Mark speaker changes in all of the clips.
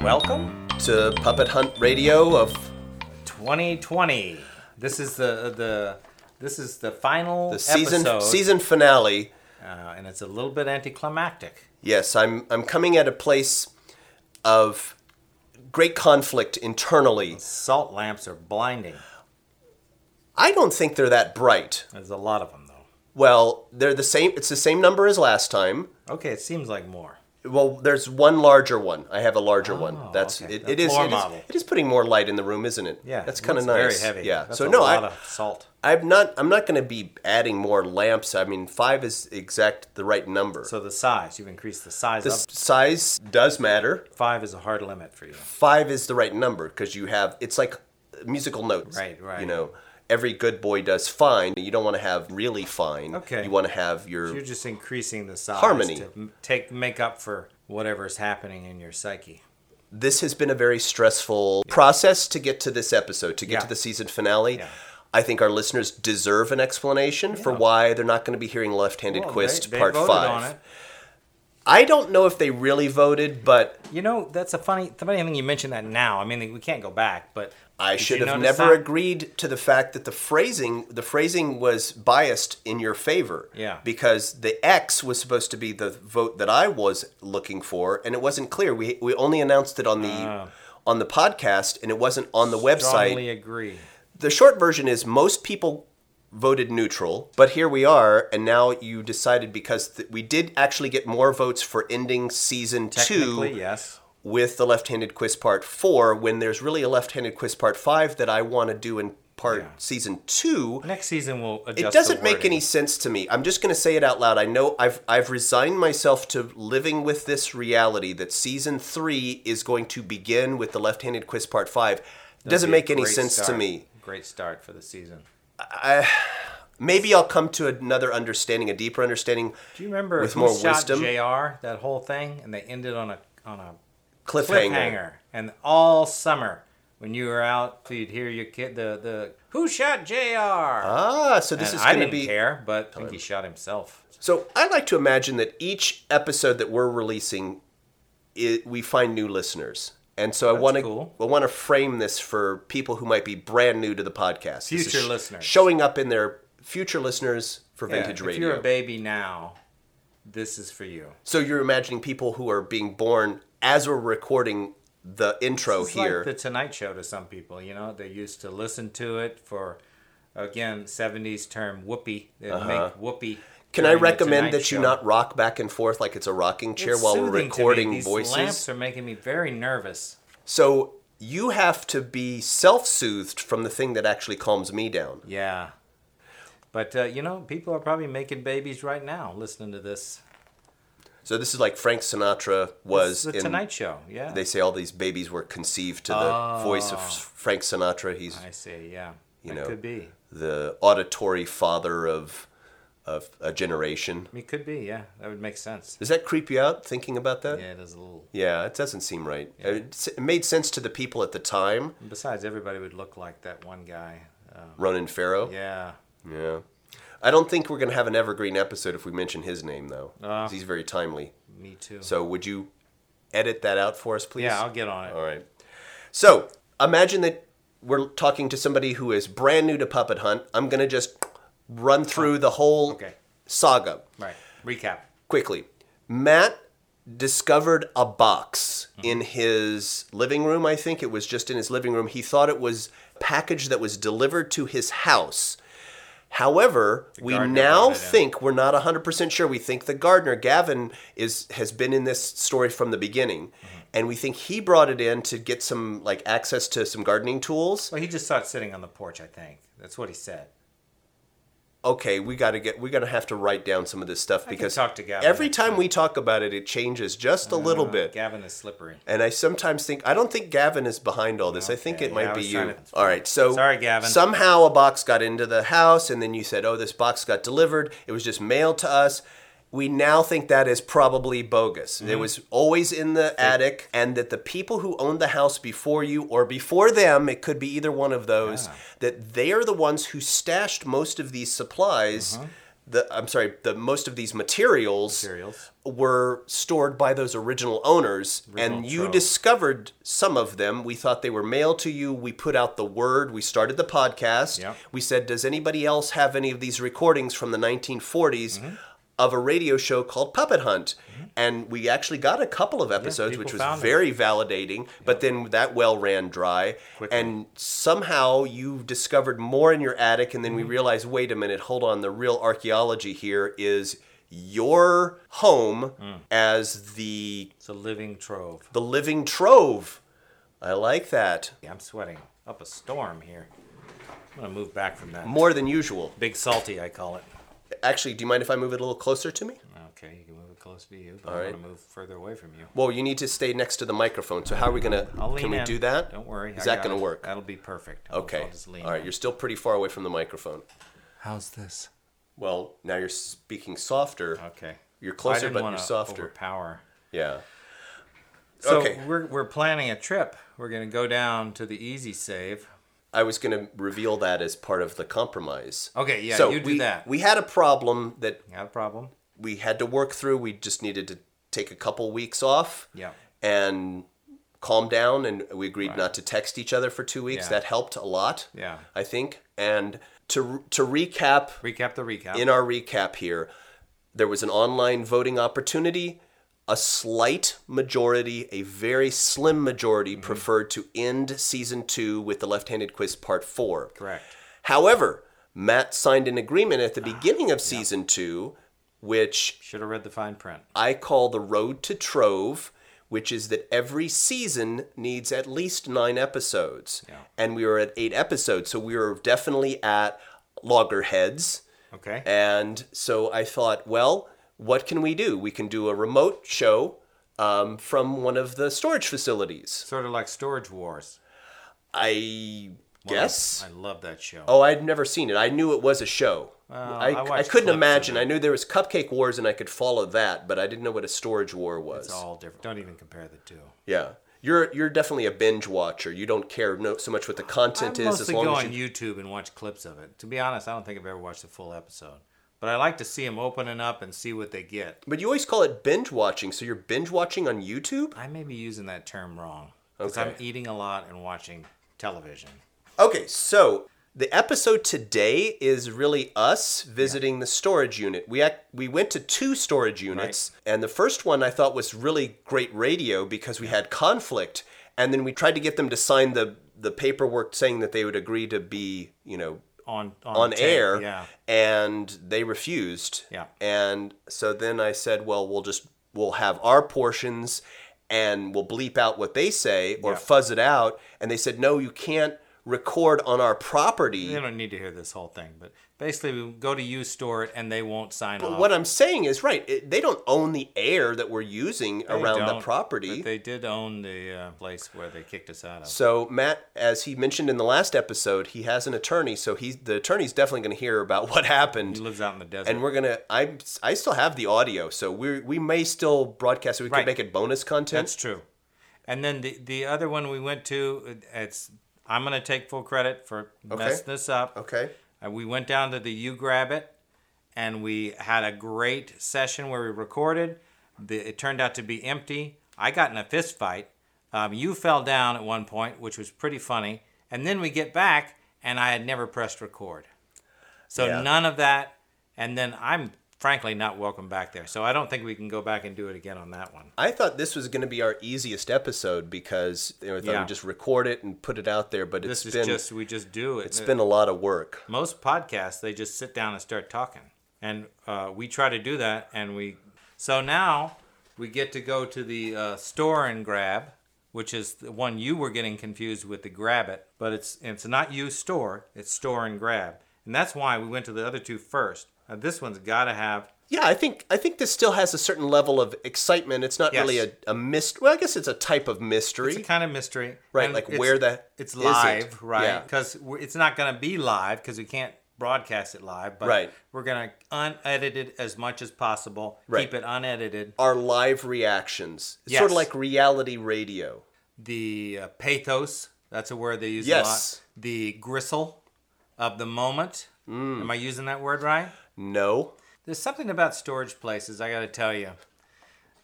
Speaker 1: Welcome
Speaker 2: to Puppet Hunt Radio of
Speaker 1: 2020. This is the the this is the final
Speaker 2: the season
Speaker 1: episode,
Speaker 2: season finale.
Speaker 1: uh, and it's a little bit anticlimactic.
Speaker 2: Yes, I'm I'm coming at a place of great conflict internally.
Speaker 1: Salt lamps are blinding.
Speaker 2: I don't think they're that bright.
Speaker 1: There's a lot of them though.
Speaker 2: Well, they're the same it's the same number as last time.
Speaker 1: Okay, it seems like more.
Speaker 2: Well, there's one larger one. I have a larger one.
Speaker 1: Oh,
Speaker 2: That's
Speaker 1: okay.
Speaker 2: it,
Speaker 1: The
Speaker 2: it is
Speaker 1: floor
Speaker 2: it is-
Speaker 1: model.
Speaker 2: it is putting more light in the room, isn't it?
Speaker 1: Yeah,
Speaker 2: That's
Speaker 1: it
Speaker 2: kind of
Speaker 1: looks
Speaker 2: nice.
Speaker 1: Very heavy.
Speaker 2: Yeah.
Speaker 1: That's
Speaker 2: so
Speaker 1: a
Speaker 2: no,
Speaker 1: lot
Speaker 2: I
Speaker 1: of salt.
Speaker 2: I'm not I'm not going to be adding more lamps. I mean, 5 is exact the right number.
Speaker 1: So the size you've increased the size
Speaker 2: the
Speaker 1: of
Speaker 2: s- size does matter.
Speaker 1: five is a hard limit for you.
Speaker 2: five is the right number because you have it's like musical notes
Speaker 1: Right, right.
Speaker 2: you know every good boy does fine you don't want to have really fine
Speaker 1: Okay.
Speaker 2: you want to have your
Speaker 1: You're just increasing the size
Speaker 2: Harmony.
Speaker 1: to m- take make up for whatever's happening in your psyche.
Speaker 2: this has been a very stressful process to get to this episode to get
Speaker 1: Yeah.
Speaker 2: to the season finale
Speaker 1: Yeah.
Speaker 2: I think our listeners deserve an explanation for
Speaker 1: Yeah.
Speaker 2: why they're not going to be hearing Left-Handed
Speaker 1: Well, they-
Speaker 2: Quist
Speaker 1: they
Speaker 2: Part
Speaker 1: voted
Speaker 2: Five.
Speaker 1: on it.
Speaker 2: I don't know if they really voted, but
Speaker 1: You know, that's a funny, funny thing you mentioned that now. I mean, we can't go back, but
Speaker 2: I
Speaker 1: did
Speaker 2: should
Speaker 1: you
Speaker 2: have
Speaker 1: notice
Speaker 2: never
Speaker 1: that?
Speaker 2: agreed to the fact that the phrasing the phrasing was biased in your favor.
Speaker 1: Yeah.
Speaker 2: Because the X was supposed to be the vote that I was looking for, and it wasn't clear. We we only announced it on the on the podcast, and it wasn't on the website.
Speaker 1: Ah. Strongly agree.
Speaker 2: The short version is most people voted neutral, but here we are, and now you decided because th- we did actually get more votes for ending season two
Speaker 1: Technically, yes.
Speaker 2: with the left-handed quiz part four when there's really a left-handed quiz part five that I want to do in part
Speaker 1: Yeah.
Speaker 2: season two.
Speaker 1: Next season we'll adjust.
Speaker 2: It
Speaker 1: the
Speaker 2: doesn't make
Speaker 1: wording.
Speaker 2: any sense to me. I'm just going to say it out loud. I know I've I've resigned myself to living with this reality that season three is going to begin with the left-handed quiz part five.
Speaker 1: That'd
Speaker 2: doesn't
Speaker 1: be a
Speaker 2: make any
Speaker 1: great
Speaker 2: sense to
Speaker 1: start.
Speaker 2: me.
Speaker 1: Great start for the season.
Speaker 2: Maybe I'll come to another understanding, a deeper understanding.
Speaker 1: Do you remember
Speaker 2: With
Speaker 1: who
Speaker 2: more
Speaker 1: shot
Speaker 2: wisdom?
Speaker 1: Jr. That whole thing, and they ended on a on a
Speaker 2: Cliffhanger.
Speaker 1: cliffhanger. And all summer, when you were out, you'd hear your kid the the who shot Jr.
Speaker 2: Ah, so this
Speaker 1: and
Speaker 2: is
Speaker 1: I
Speaker 2: going
Speaker 1: didn't
Speaker 2: to be.
Speaker 1: care, but I think he shot himself.
Speaker 2: So I like to imagine that each episode that we're releasing, i we find new listeners, and so I want to
Speaker 1: cool.
Speaker 2: I want to frame this for people who might be brand new to the podcast, This is
Speaker 1: Future listeners.
Speaker 2: showing up in their future listeners for
Speaker 1: Yeah,
Speaker 2: Vintage
Speaker 1: if
Speaker 2: Radio.
Speaker 1: you're a baby now, this is for you.
Speaker 2: so you're imagining people who are being born as we're recording the intro
Speaker 1: It's
Speaker 2: here.
Speaker 1: like the Tonight Show to some people. You know, they used to listen to it for, again, seventies term whoopee. They would make whoopee.
Speaker 2: Uh-huh. Can I
Speaker 1: during the
Speaker 2: recommend
Speaker 1: Tonight
Speaker 2: that you
Speaker 1: Show.
Speaker 2: not rock back and forth like it's a rocking chair
Speaker 1: It's
Speaker 2: while we're
Speaker 1: soothing to me.
Speaker 2: recording
Speaker 1: These
Speaker 2: voices?
Speaker 1: lamps are making me very nervous.
Speaker 2: So you have to be self-soothed from the thing that actually calms me down.
Speaker 1: Yeah, but uh, you know, people are probably making babies right now listening to this.
Speaker 2: So this is like Frank Sinatra
Speaker 1: It's
Speaker 2: was
Speaker 1: the
Speaker 2: in.
Speaker 1: Tonight Show? Oh. Yeah,
Speaker 2: They say all these babies were conceived to the voice of Frank Sinatra. He's
Speaker 1: I see. Yeah,
Speaker 2: You
Speaker 1: it
Speaker 2: know.
Speaker 1: could be.
Speaker 2: the auditory father of of a generation.
Speaker 1: It could be. Yeah, that would make sense.
Speaker 2: Does that creep you out thinking about that?
Speaker 1: Yeah, it is a little.
Speaker 2: Yeah, it doesn't seem right. It, it made sense to the people at the time.
Speaker 1: Besides, everybody would look like that one guy. Um,
Speaker 2: Ronan Farrow.
Speaker 1: yeah.
Speaker 2: Yeah. I don't think we're gonna have an evergreen episode if we mention his name though.
Speaker 1: Uh.
Speaker 2: 'cause he's very timely.
Speaker 1: Me too.
Speaker 2: So would you edit that out for us, please?
Speaker 1: yeah, I'll get on it.
Speaker 2: All right. So imagine that we're talking to somebody who is brand new to Puppet Hunt. I'm going to just run through the whole
Speaker 1: Okay.
Speaker 2: saga
Speaker 1: Right. Recap.
Speaker 2: quickly. Matt discovered a box in his living room, I think. It was just in his living room. He thought it was package that was delivered to his house. However, we
Speaker 1: gardener
Speaker 2: now
Speaker 1: brought it in.
Speaker 2: think we're not 100% sure. We think the gardener Gavin is has been in this story from the beginning.
Speaker 1: Mm-hmm.
Speaker 2: And we think he brought it in to get some like access to some gardening tools.
Speaker 1: Well, he just saw it sitting on the porch. I think that's what he said.
Speaker 2: okay, we got to get, we're going to have to write down some of this stuff because
Speaker 1: talk to Gavin
Speaker 2: every
Speaker 1: next Uh,
Speaker 2: time we talk about it, it changes just a little bit.
Speaker 1: Gavin is slippery.
Speaker 2: And I sometimes think I don't think Gavin is behind all this. I think
Speaker 1: Okay,
Speaker 2: it
Speaker 1: yeah,
Speaker 2: might
Speaker 1: I
Speaker 2: be
Speaker 1: was
Speaker 2: you.
Speaker 1: trying to-
Speaker 2: all right, so
Speaker 1: Sorry, Gavin.
Speaker 2: Somehow a box got into the house, and then you said, "Oh, this box got delivered. It was just mailed to us." We now think that is probably bogus.
Speaker 1: Mm-hmm.
Speaker 2: It was always in the attic, and that the people who owned the house before you or before them, it could be either one of those, that they are the ones who stashed most of these supplies the I'm sorry, the most of these materials,
Speaker 1: Mm-hmm. Materials.
Speaker 2: were stored by those original owners, and
Speaker 1: Original
Speaker 2: you
Speaker 1: trove.
Speaker 2: discovered some of them. We thought they were mailed to you. We put out the word. We started the podcast.
Speaker 1: Yep.
Speaker 2: We said, "Does anybody else have any of these recordings from the 1940s?"
Speaker 1: Mm-hmm.
Speaker 2: Of a radio show called Puppet Hunt, and we actually got a couple of episodes,
Speaker 1: people
Speaker 2: which was
Speaker 1: found them.
Speaker 2: very validating. But then that well ran dry,
Speaker 1: Quickly.
Speaker 2: and somehow you discovered more in your attic, and then
Speaker 1: Mm-hmm.
Speaker 2: we realized, wait a minute, hold on, the real archaeology here is your home
Speaker 1: Mm.
Speaker 2: as the
Speaker 1: It's a living trove.
Speaker 2: the living trove. I like that
Speaker 1: Yeah, I'm sweating up a storm here. I'm gonna move back from that.
Speaker 2: more than usual.
Speaker 1: Big salty, I call it.
Speaker 2: Actually, do you mind if I move it a little closer to me?
Speaker 1: Okay, you can move it close to you, but I
Speaker 2: right.
Speaker 1: want to move further away from you.
Speaker 2: Well, you need to stay next to the microphone. So how are we gonna?
Speaker 1: I'll lean
Speaker 2: can we
Speaker 1: in.
Speaker 2: do that?
Speaker 1: Don't worry.
Speaker 2: Is
Speaker 1: I
Speaker 2: that
Speaker 1: got
Speaker 2: gonna
Speaker 1: it.
Speaker 2: work?
Speaker 1: That'll be perfect. I'll-
Speaker 2: Okay.
Speaker 1: I'll just lean
Speaker 2: All right.
Speaker 1: in.
Speaker 2: You're still pretty far away from the microphone.
Speaker 1: How's this?
Speaker 2: Well, now you're speaking softer.
Speaker 1: Okay.
Speaker 2: You're
Speaker 1: I
Speaker 2: closer,
Speaker 1: didn't
Speaker 2: but
Speaker 1: wanna
Speaker 2: you're softer.
Speaker 1: Overpower.
Speaker 2: Yeah.
Speaker 1: So
Speaker 2: Okay.
Speaker 1: we're we're planning a trip. We're gonna go down to the Easy Save.
Speaker 2: I was going to reveal that as part of the compromise.
Speaker 1: Okay, yeah, you do
Speaker 2: we,
Speaker 1: that.
Speaker 2: We had a problem that
Speaker 1: Not a problem.
Speaker 2: we had to work through. We just needed to take a couple weeks off.
Speaker 1: Yeah.
Speaker 2: And calm down and we agreed not to text each other for 2 weeks.
Speaker 1: Yeah.
Speaker 2: That helped a lot.
Speaker 1: Yeah.
Speaker 2: I think. And to to recap
Speaker 1: Recap the recap.
Speaker 2: in our recap here, there was an online voting opportunity. A slight majority, a very slim majority,
Speaker 1: Mm-hmm.
Speaker 2: preferred to end season two with the left handed quiz part four.
Speaker 1: Correct. Ah,
Speaker 2: However, Matt signed an agreement at the beginning of season two, which
Speaker 1: Should have read the fine print.
Speaker 2: I call the road to Trove, which is that every season needs at least nine episodes.
Speaker 1: Yeah.
Speaker 2: And we were at eight episodes, so we were definitely at loggerheads.
Speaker 1: Okay.
Speaker 2: Eh. And so I thought, well, what can we do? We can do a remote show um, from one of the storage facilities.
Speaker 1: sort of like Storage Wars.
Speaker 2: I
Speaker 1: Well,
Speaker 2: guess.
Speaker 1: I love that show.
Speaker 2: Oh, I'd never seen it. I knew it was a show. I,
Speaker 1: I
Speaker 2: I,
Speaker 1: watched
Speaker 2: couldn't
Speaker 1: clips of
Speaker 2: imagine.
Speaker 1: it.
Speaker 2: I knew there was Cupcake Wars and I could follow that, but I didn't know what a storage war was.
Speaker 1: It's all different. Don't even compare the two.
Speaker 2: Yeah. You're you're definitely a binge watcher. You don't care no, so much what the
Speaker 1: I
Speaker 2: content is as
Speaker 1: mostly
Speaker 2: long
Speaker 1: go
Speaker 2: as
Speaker 1: on
Speaker 2: you
Speaker 1: YouTube and watch clips of it. To be honest, I don't think I've ever watched a full episode. But I like to see them opening up and see what they get.
Speaker 2: But you always call it binge watching, so you're binge watching on YouTube?
Speaker 1: I may be using that term wrong because I'm
Speaker 2: Okay.
Speaker 1: eating a lot and watching television.
Speaker 2: Okay, so the episode today is really us visiting the storage unit. We act, we went to two storage units, and the first one I thought was really great radio because we had conflict, and then we tried to get them to sign the the paperwork saying that they would agree to be you know
Speaker 1: On on,
Speaker 2: on
Speaker 1: tape,
Speaker 2: air,
Speaker 1: Yeah.
Speaker 2: and they refused.
Speaker 1: Yeah.
Speaker 2: and so then I said, well, we'll just we'll have our portions, and we'll bleep out what they say or
Speaker 1: Yeah.
Speaker 2: fuzz it out. And they said, no, you can't record on our property.
Speaker 1: You don't need to hear this whole thing, but basically, we go to you store it and they won't sign off.
Speaker 2: what I'm saying is right. It, they don't own the air that we're using
Speaker 1: They
Speaker 2: around the
Speaker 1: don't,
Speaker 2: property.
Speaker 1: But they did own the uh, place where they kicked us out of.
Speaker 2: so Matt, as he mentioned in the last episode, he has an attorney. So he the attorney's definitely going to hear about what happened.
Speaker 1: He lives out in the desert.
Speaker 2: and we're gonna i i still have the audio so we we may still broadcast it we
Speaker 1: Right.
Speaker 2: could make it bonus content
Speaker 1: That's true. And then the the other one we went to, it's I'm gonna take full credit for messing this up.
Speaker 2: okay
Speaker 1: Uh, we went down to the You Grab It, and we had a great session where we recorded. The, it turned out to be empty. I got in a fist fight. Um, you fell down at one point, which was pretty funny. And then we get back, and I had never pressed record. So
Speaker 2: Yeah.
Speaker 1: none of that. And then I'm frankly not welcome back there. So I don't think we can go back and do it again on that one.
Speaker 2: i thought this was gonna be our easiest episode because you know, i thought
Speaker 1: Yeah.
Speaker 2: we'd just record it and put it out there but
Speaker 1: This is
Speaker 2: it's been
Speaker 1: just we just do it. Uh,
Speaker 2: it's been a lot of work
Speaker 1: most podcasts they just sit down and start talking and uh, we try to do that and we so now we get to go to the uh, store and grab which is the one you were getting confused with the grab it but it's it's not you store it's store and grab and that's why we went to the other two first Uh, this one's got to have
Speaker 2: yeah i think i think this still has a certain level of excitement it's not
Speaker 1: Yes.
Speaker 2: really a, a mystery well i guess it's a type of mystery
Speaker 1: it's a kind of mystery
Speaker 2: Right,
Speaker 1: And
Speaker 2: like
Speaker 1: it's-
Speaker 2: where the-
Speaker 1: it's
Speaker 2: is it?
Speaker 1: live right
Speaker 2: Yeah.
Speaker 1: because it's not going to be live because we can't broadcast it live but
Speaker 2: Right.
Speaker 1: we're going to unedit it as much as possible
Speaker 2: Right.
Speaker 1: keep it unedited
Speaker 2: our live reactions it's sort
Speaker 1: Yes.
Speaker 2: of like reality radio
Speaker 1: the uh, pathos that's a word they use
Speaker 2: Yes. Mm.
Speaker 1: a lot the gristle of the moment am i using that word right
Speaker 2: no
Speaker 1: There's something about storage places, I got to tell you.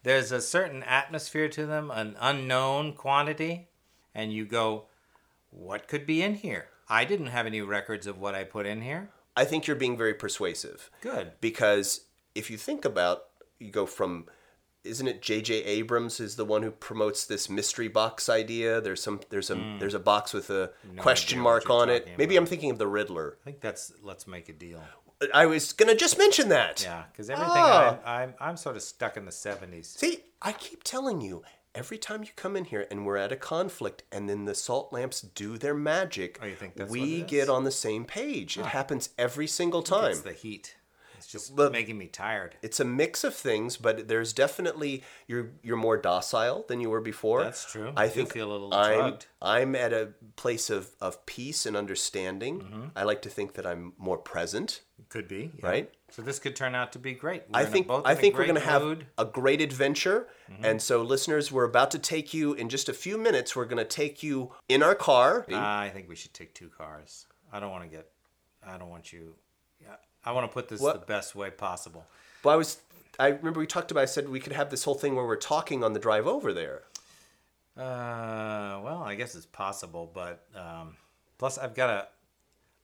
Speaker 1: There's a certain atmosphere to them, an unknown quantity, and you go, what could be in here? I didn't have any records of what I put in here.
Speaker 2: I think you're being very persuasive.
Speaker 1: Good.
Speaker 2: Because if you think about, you go from, isn't it J.J. Abrams is the one who promotes this mystery box idea? There's some, there's a, there's a box with a question
Speaker 1: Hmm. idea what
Speaker 2: mark
Speaker 1: you're
Speaker 2: on it.
Speaker 1: talking
Speaker 2: Maybe I'm thinking of the Riddler.
Speaker 1: I think that's let's make a deal.
Speaker 2: I was gonna just mention that.
Speaker 1: Yeah, because everything
Speaker 2: Ah.
Speaker 1: I, I'm I'm sort of stuck in the '70s.
Speaker 2: See, I keep telling you. Every time you come in here and we're at a conflict, and then the salt lamps do their magic,
Speaker 1: Oh, you think that's what
Speaker 2: we
Speaker 1: it is?
Speaker 2: get on the same page. It happens every single time.
Speaker 1: It's the heat. It's just
Speaker 2: But-
Speaker 1: making me tired.
Speaker 2: it's a mix of things, but there's definitely you're you're more docile than you were before.
Speaker 1: That's true.
Speaker 2: I
Speaker 1: You
Speaker 2: think
Speaker 1: feel a little
Speaker 2: I'm
Speaker 1: drugged.
Speaker 2: I'm at a place of of peace and understanding. I like to think that I'm more present.
Speaker 1: Could be Mm-hmm. yeah.
Speaker 2: Right?
Speaker 1: So this could turn out to be great. We're
Speaker 2: I
Speaker 1: gonna
Speaker 2: think
Speaker 1: both
Speaker 2: I
Speaker 1: in a
Speaker 2: think we're
Speaker 1: great
Speaker 2: going to have
Speaker 1: mood. Mm-hmm.
Speaker 2: a great adventure. And so, listeners, we're about to take you in just a few minutes. We're going to take you in our car.
Speaker 1: Uh, I think we should take two cars. I don't want to get. I don't want you. yeah, I want to put this
Speaker 2: What-
Speaker 1: the best way possible.
Speaker 2: Well, I was I remember we talked about. I said we could have this whole thing where we're talking on the drive over there.
Speaker 1: Uh, well, I guess it's possible, but um, plus I've got to.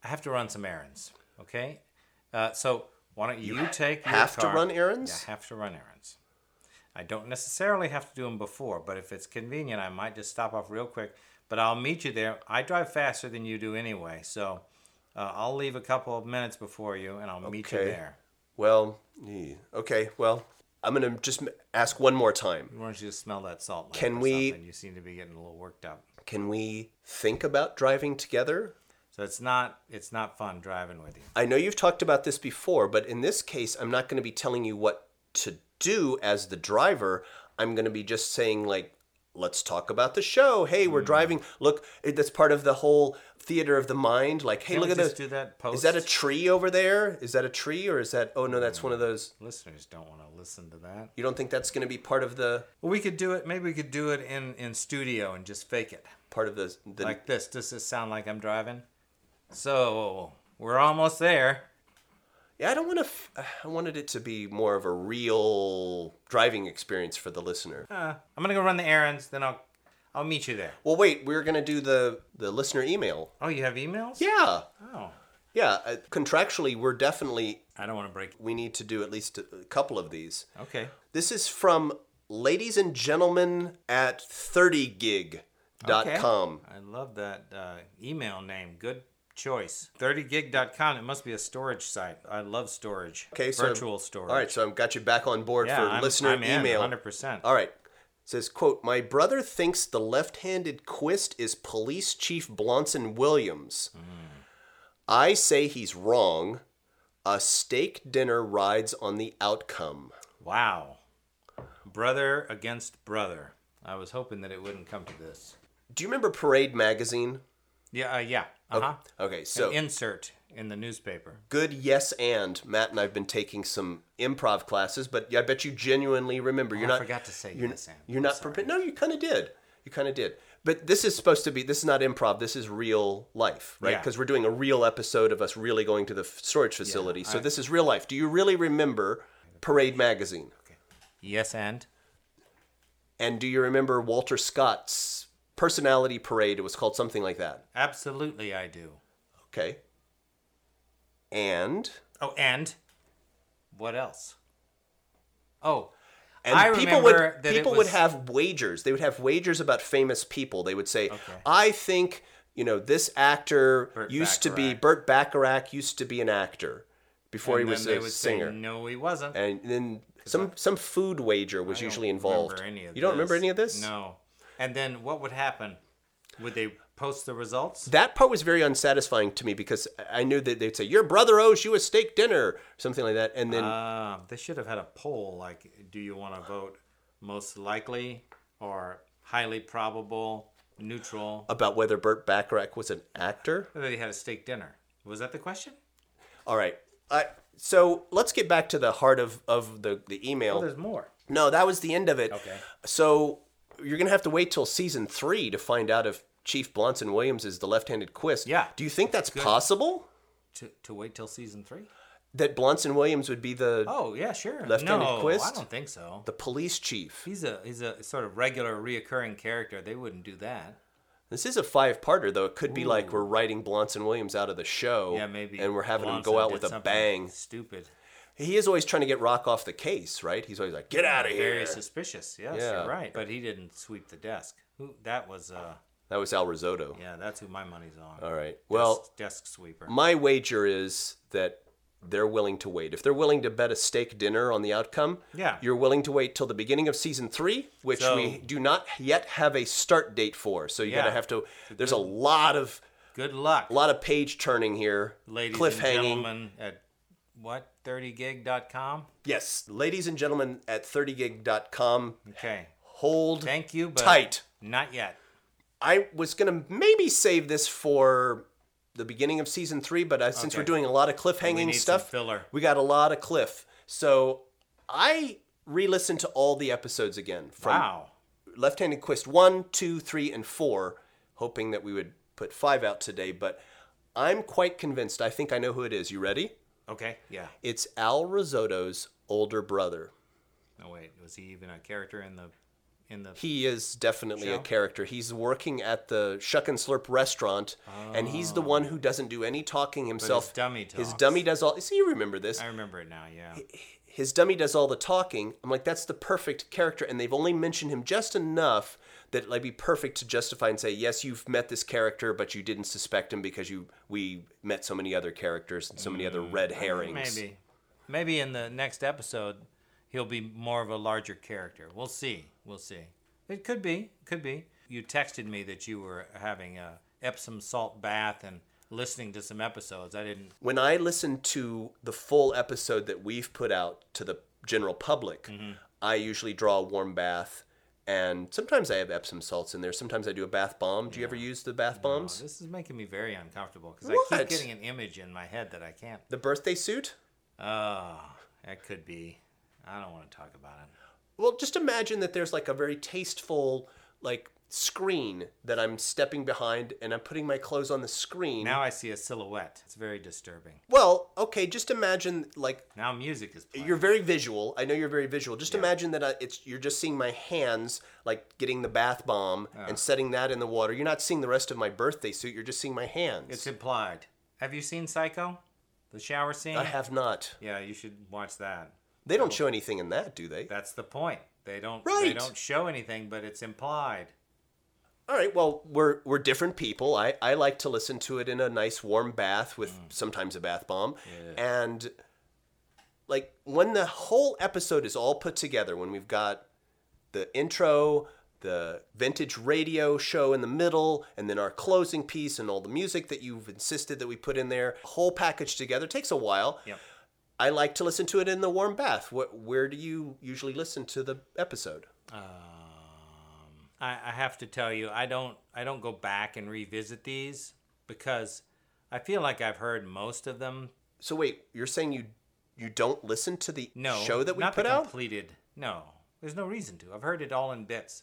Speaker 1: I have to run some errands. Okay. Uh, so why don't you, take your
Speaker 2: have to
Speaker 1: car-
Speaker 2: run errands?
Speaker 1: Yeah, I have to run errands. I don't necessarily have to do them before, but if it's convenient, I might just stop off real quick. But I'll meet you there. I drive faster than you do anyway, so uh, I'll leave a couple of minutes before you, and I'll meet you
Speaker 2: Okay.
Speaker 1: there.
Speaker 2: Well, yeah, okay. Well, I'm going to just m- ask one more time.
Speaker 1: Why don't you just smell that salt?
Speaker 2: Can
Speaker 1: Can
Speaker 2: we-
Speaker 1: we? You seem to be getting a little worked up.
Speaker 2: Can we think about driving together?
Speaker 1: So it's not it's not fun driving with you.
Speaker 2: I know you've talked about this before, but in this case, I'm not going to be telling you what to do as the driver. I'm going to be just saying, like, let's talk about the show. Hey, we're driving. Look, it- that's part of the whole theater of the mind. Like, hey,
Speaker 1: Can
Speaker 2: look
Speaker 1: we
Speaker 2: at
Speaker 1: just do
Speaker 2: this.
Speaker 1: that post?
Speaker 2: Is that a tree over there? Is that a tree or is that? Oh no, that's one of those.
Speaker 1: Listeners don't want to listen to that.
Speaker 2: You don't think that's going to be part of the
Speaker 1: Well, we could do it. Maybe we could do it in in studio and just fake it
Speaker 2: part of the the
Speaker 1: like this. Does this sound like I'm driving? So we're almost there.
Speaker 2: Yeah, I don't want to. F- I wanted it to be more of a real driving experience for the listener.
Speaker 1: Uh, I'm gonna go run the errands. Then I'll I'll meet you there.
Speaker 2: Well, wait, we're gonna do the the listener email.
Speaker 1: Oh, you have emails?
Speaker 2: Yeah,
Speaker 1: Oh,
Speaker 2: yeah. Uh, contractually, we're definitely
Speaker 1: I don't want to break.
Speaker 2: we need to do at least a couple of these.
Speaker 1: Okay.
Speaker 2: This is from ladies and gentlemen at 30gig.com.
Speaker 1: I love that uh, email name. Good choice. 30gig.com. It must be a storage site. I love storage.
Speaker 2: Okay, so
Speaker 1: virtual storage.
Speaker 2: All right, so I've got you back on board
Speaker 1: yeah,
Speaker 2: for
Speaker 1: I'm,
Speaker 2: listener
Speaker 1: I'm in,
Speaker 2: email.
Speaker 1: 100%.
Speaker 2: All right. says, quote, My brother thinks the left handed quist is Police Chief Blonson Williams. I say he's wrong. A steak dinner rides on the outcome.
Speaker 1: Wow. Brother against brother. I was hoping that it wouldn't come to this.
Speaker 2: Do you remember Parade magazine?
Speaker 1: Yeah, uh, yeah. Uh
Speaker 2: Uh-huh.
Speaker 1: huh.
Speaker 2: Okay, so
Speaker 1: Insert in the newspaper.
Speaker 2: good yes and Matt and I've been taking some improv classes, but I bet you genuinely remember. You're
Speaker 1: Oh, I
Speaker 2: not
Speaker 1: forgot to say
Speaker 2: you're,
Speaker 1: yes and.
Speaker 2: You're
Speaker 1: I'm
Speaker 2: not
Speaker 1: sorry.
Speaker 2: prepared. No, you kind of did. You kind of did. But this is supposed to be. This is not improv. This is real life, right?
Speaker 1: Yeah.
Speaker 2: Because we're doing a real episode of us really going to the f- storage facility. so this is real life. Do you really remember Parade magazine?
Speaker 1: Yes, and?
Speaker 2: And do you remember Walter Scott's personality parade? It was called something like that.
Speaker 1: Absolutely, I do.
Speaker 2: Okay. And
Speaker 1: Oh, and? What else? Oh,
Speaker 2: And
Speaker 1: I
Speaker 2: people
Speaker 1: remember
Speaker 2: would
Speaker 1: that it
Speaker 2: people would
Speaker 1: was-
Speaker 2: have wagers. They would have wagers about famous people. They would say, "I think you know this actor
Speaker 1: Burt
Speaker 2: used to be
Speaker 1: Bacharach.
Speaker 2: Bert Bacharach used to be an actor before
Speaker 1: and
Speaker 2: he was
Speaker 1: then they
Speaker 2: a
Speaker 1: would
Speaker 2: singer."
Speaker 1: Say, no, he wasn't.
Speaker 2: and then some some food wager was usually
Speaker 1: don't
Speaker 2: involved.
Speaker 1: remember any of
Speaker 2: you don't remember any of this?
Speaker 1: No. And then what would happen? Would they post the results?
Speaker 2: That part was very unsatisfying to me because I knew that they'd say, "Your brother owes you a steak dinner," something like that, and then
Speaker 1: Uh, they should have had a poll like, do you want to vote most likely or highly probable, neutral?
Speaker 2: about whether Bert Bacharach was an actor.
Speaker 1: They had a steak dinner. Was that the question?
Speaker 2: All right, I, so let's get back to the heart of of the the email.
Speaker 1: There's more.
Speaker 2: No, that was the end of it.
Speaker 1: Okay.
Speaker 2: So you're gonna have to wait till season three to find out if Chief Blonson Williams is the left-handed quist.
Speaker 1: Yeah.
Speaker 2: Do you think that's possible?
Speaker 1: To, to wait till season three?
Speaker 2: that Blunson Williams would be the
Speaker 1: Oh yeah, sure.
Speaker 2: Left-handed
Speaker 1: no,
Speaker 2: Quist?
Speaker 1: I don't think so.
Speaker 2: the police chief.
Speaker 1: He's a he's a sort of regular, reoccurring character. They wouldn't do that.
Speaker 2: This is a five-parter, though. It could be like we're writing Blunson Williams out of the show.
Speaker 1: Yeah, maybe.
Speaker 2: And we're having him
Speaker 1: Blonson
Speaker 2: go out
Speaker 1: did
Speaker 2: with a
Speaker 1: something
Speaker 2: bang.
Speaker 1: Stupid.
Speaker 2: He is always trying to get Rock off the case, right? He's always like, "Get out of here."
Speaker 1: Very suspicious. Yes,
Speaker 2: Yeah.
Speaker 1: you're right. But he didn't sweep the desk. Who that was? Uh,
Speaker 2: That was Al Risotto.
Speaker 1: yeah, that's who my money's on.
Speaker 2: All right. Uh, Well,
Speaker 1: desk, desk sweeper.
Speaker 2: my wager is that they're willing to wait. If they're willing to bet a steak dinner on the outcome,
Speaker 1: Yeah.
Speaker 2: you're willing to wait till the beginning of season three, which
Speaker 1: So-
Speaker 2: we do not yet have a start date for. So you're gonna
Speaker 1: Yeah.
Speaker 2: have to. There's a lot of
Speaker 1: Good luck,
Speaker 2: lot of page turning here.
Speaker 1: ladies and
Speaker 2: cliffhanging.
Speaker 1: gentlemen. At what 30gig.com.
Speaker 2: yes, ladies and gentlemen at 30gig.com.
Speaker 1: Okay.
Speaker 2: Hold.
Speaker 1: Thank you, but
Speaker 2: Tight.
Speaker 1: Not yet.
Speaker 2: I was gonna maybe save this for the beginning of season three, but uh, since
Speaker 1: Okay.
Speaker 2: we're doing a lot of cliffhanging
Speaker 1: need some
Speaker 2: stuff,
Speaker 1: filler.
Speaker 2: we got a lot of cliff. So I re-listened to all the episodes again from
Speaker 1: Wow.
Speaker 2: Left-Handed Quist one, two, three, and four, hoping that we would put five out today. But I'm quite convinced. I think I know who it is. You ready?
Speaker 1: Okay. Yeah.
Speaker 2: It's Al Risotto's older brother.
Speaker 1: No wait. Was he even a character in the in the?
Speaker 2: He is definitely a
Speaker 1: Show?
Speaker 2: character. He's working at the Shuck and Slurp restaurant, and he's the one who doesn't do any talking himself.
Speaker 1: Ah. dummy
Speaker 2: His
Speaker 1: talks.
Speaker 2: dummy does all. See, you remember this.
Speaker 1: I remember it now. Yeah.
Speaker 2: His dummy does all the talking. I'm like, that's the perfect character, and they've only mentioned him just enough that it'd be perfect to justify and say, yes, you've met this character, but you didn't suspect him because you we met so many other characters and so many other red herrings.
Speaker 1: Mm, Maybe. Maybe in the next episode, he'll be more of a larger character. We'll see. We'll see. It could be. Could be. You texted me that you were having a Epsom salt bath and listening to some episodes. I didn't.
Speaker 2: when I listen to the full episode that we've put out to the general public,
Speaker 1: Mm-hmm.
Speaker 2: I usually draw a warm bath and sometimes I have Epsom salts in there. Sometimes I do a bath bomb. Do you ever use the bath bombs?
Speaker 1: This is making me very uncomfortable because I
Speaker 2: What?
Speaker 1: keep getting an image in my head that I can't.
Speaker 2: The birthday suit?
Speaker 1: Oh, that could be. I don't want to talk about it.
Speaker 2: Well, just imagine that there's like a very tasteful like screen that I'm stepping behind and I'm putting my clothes on the screen.
Speaker 1: Now I see a silhouette. It's very disturbing.
Speaker 2: well, okay, just imagine like
Speaker 1: Now music is playing.
Speaker 2: you're very visual. I know you're very visual. Just imagine that I, it's you're just seeing my hands like getting the bath bomb and setting that in the water. You're not seeing the rest of my birthday suit. You're just seeing my hands.
Speaker 1: It's implied. Have you seen Psycho? The shower scene?
Speaker 2: I have not.
Speaker 1: Yeah, you should watch that.
Speaker 2: They don't show anything in that, do they?
Speaker 1: That's the point. They don't they
Speaker 2: Right.
Speaker 1: don't show anything, but it's implied.
Speaker 2: All right. Well, we're we're different people. I I like to listen to it in a nice warm bath with sometimes a bath bomb and like when the whole episode is all put together when we've got the intro, the vintage radio show in the middle, and then our closing piece and all the music that you've insisted that we put in there, whole package together takes a while.
Speaker 1: Yep.
Speaker 2: I like to listen to it in the warm bath. What, where do you usually listen to the episode?
Speaker 1: Um, I, I have to tell you, I don't I don't go back and revisit these because I feel like I've heard most of them.
Speaker 2: So wait, you're saying you you don't listen to the
Speaker 1: No,
Speaker 2: show that we
Speaker 1: not
Speaker 2: put
Speaker 1: the
Speaker 2: out?
Speaker 1: completed. No, there's no reason to. I've heard it all in bits.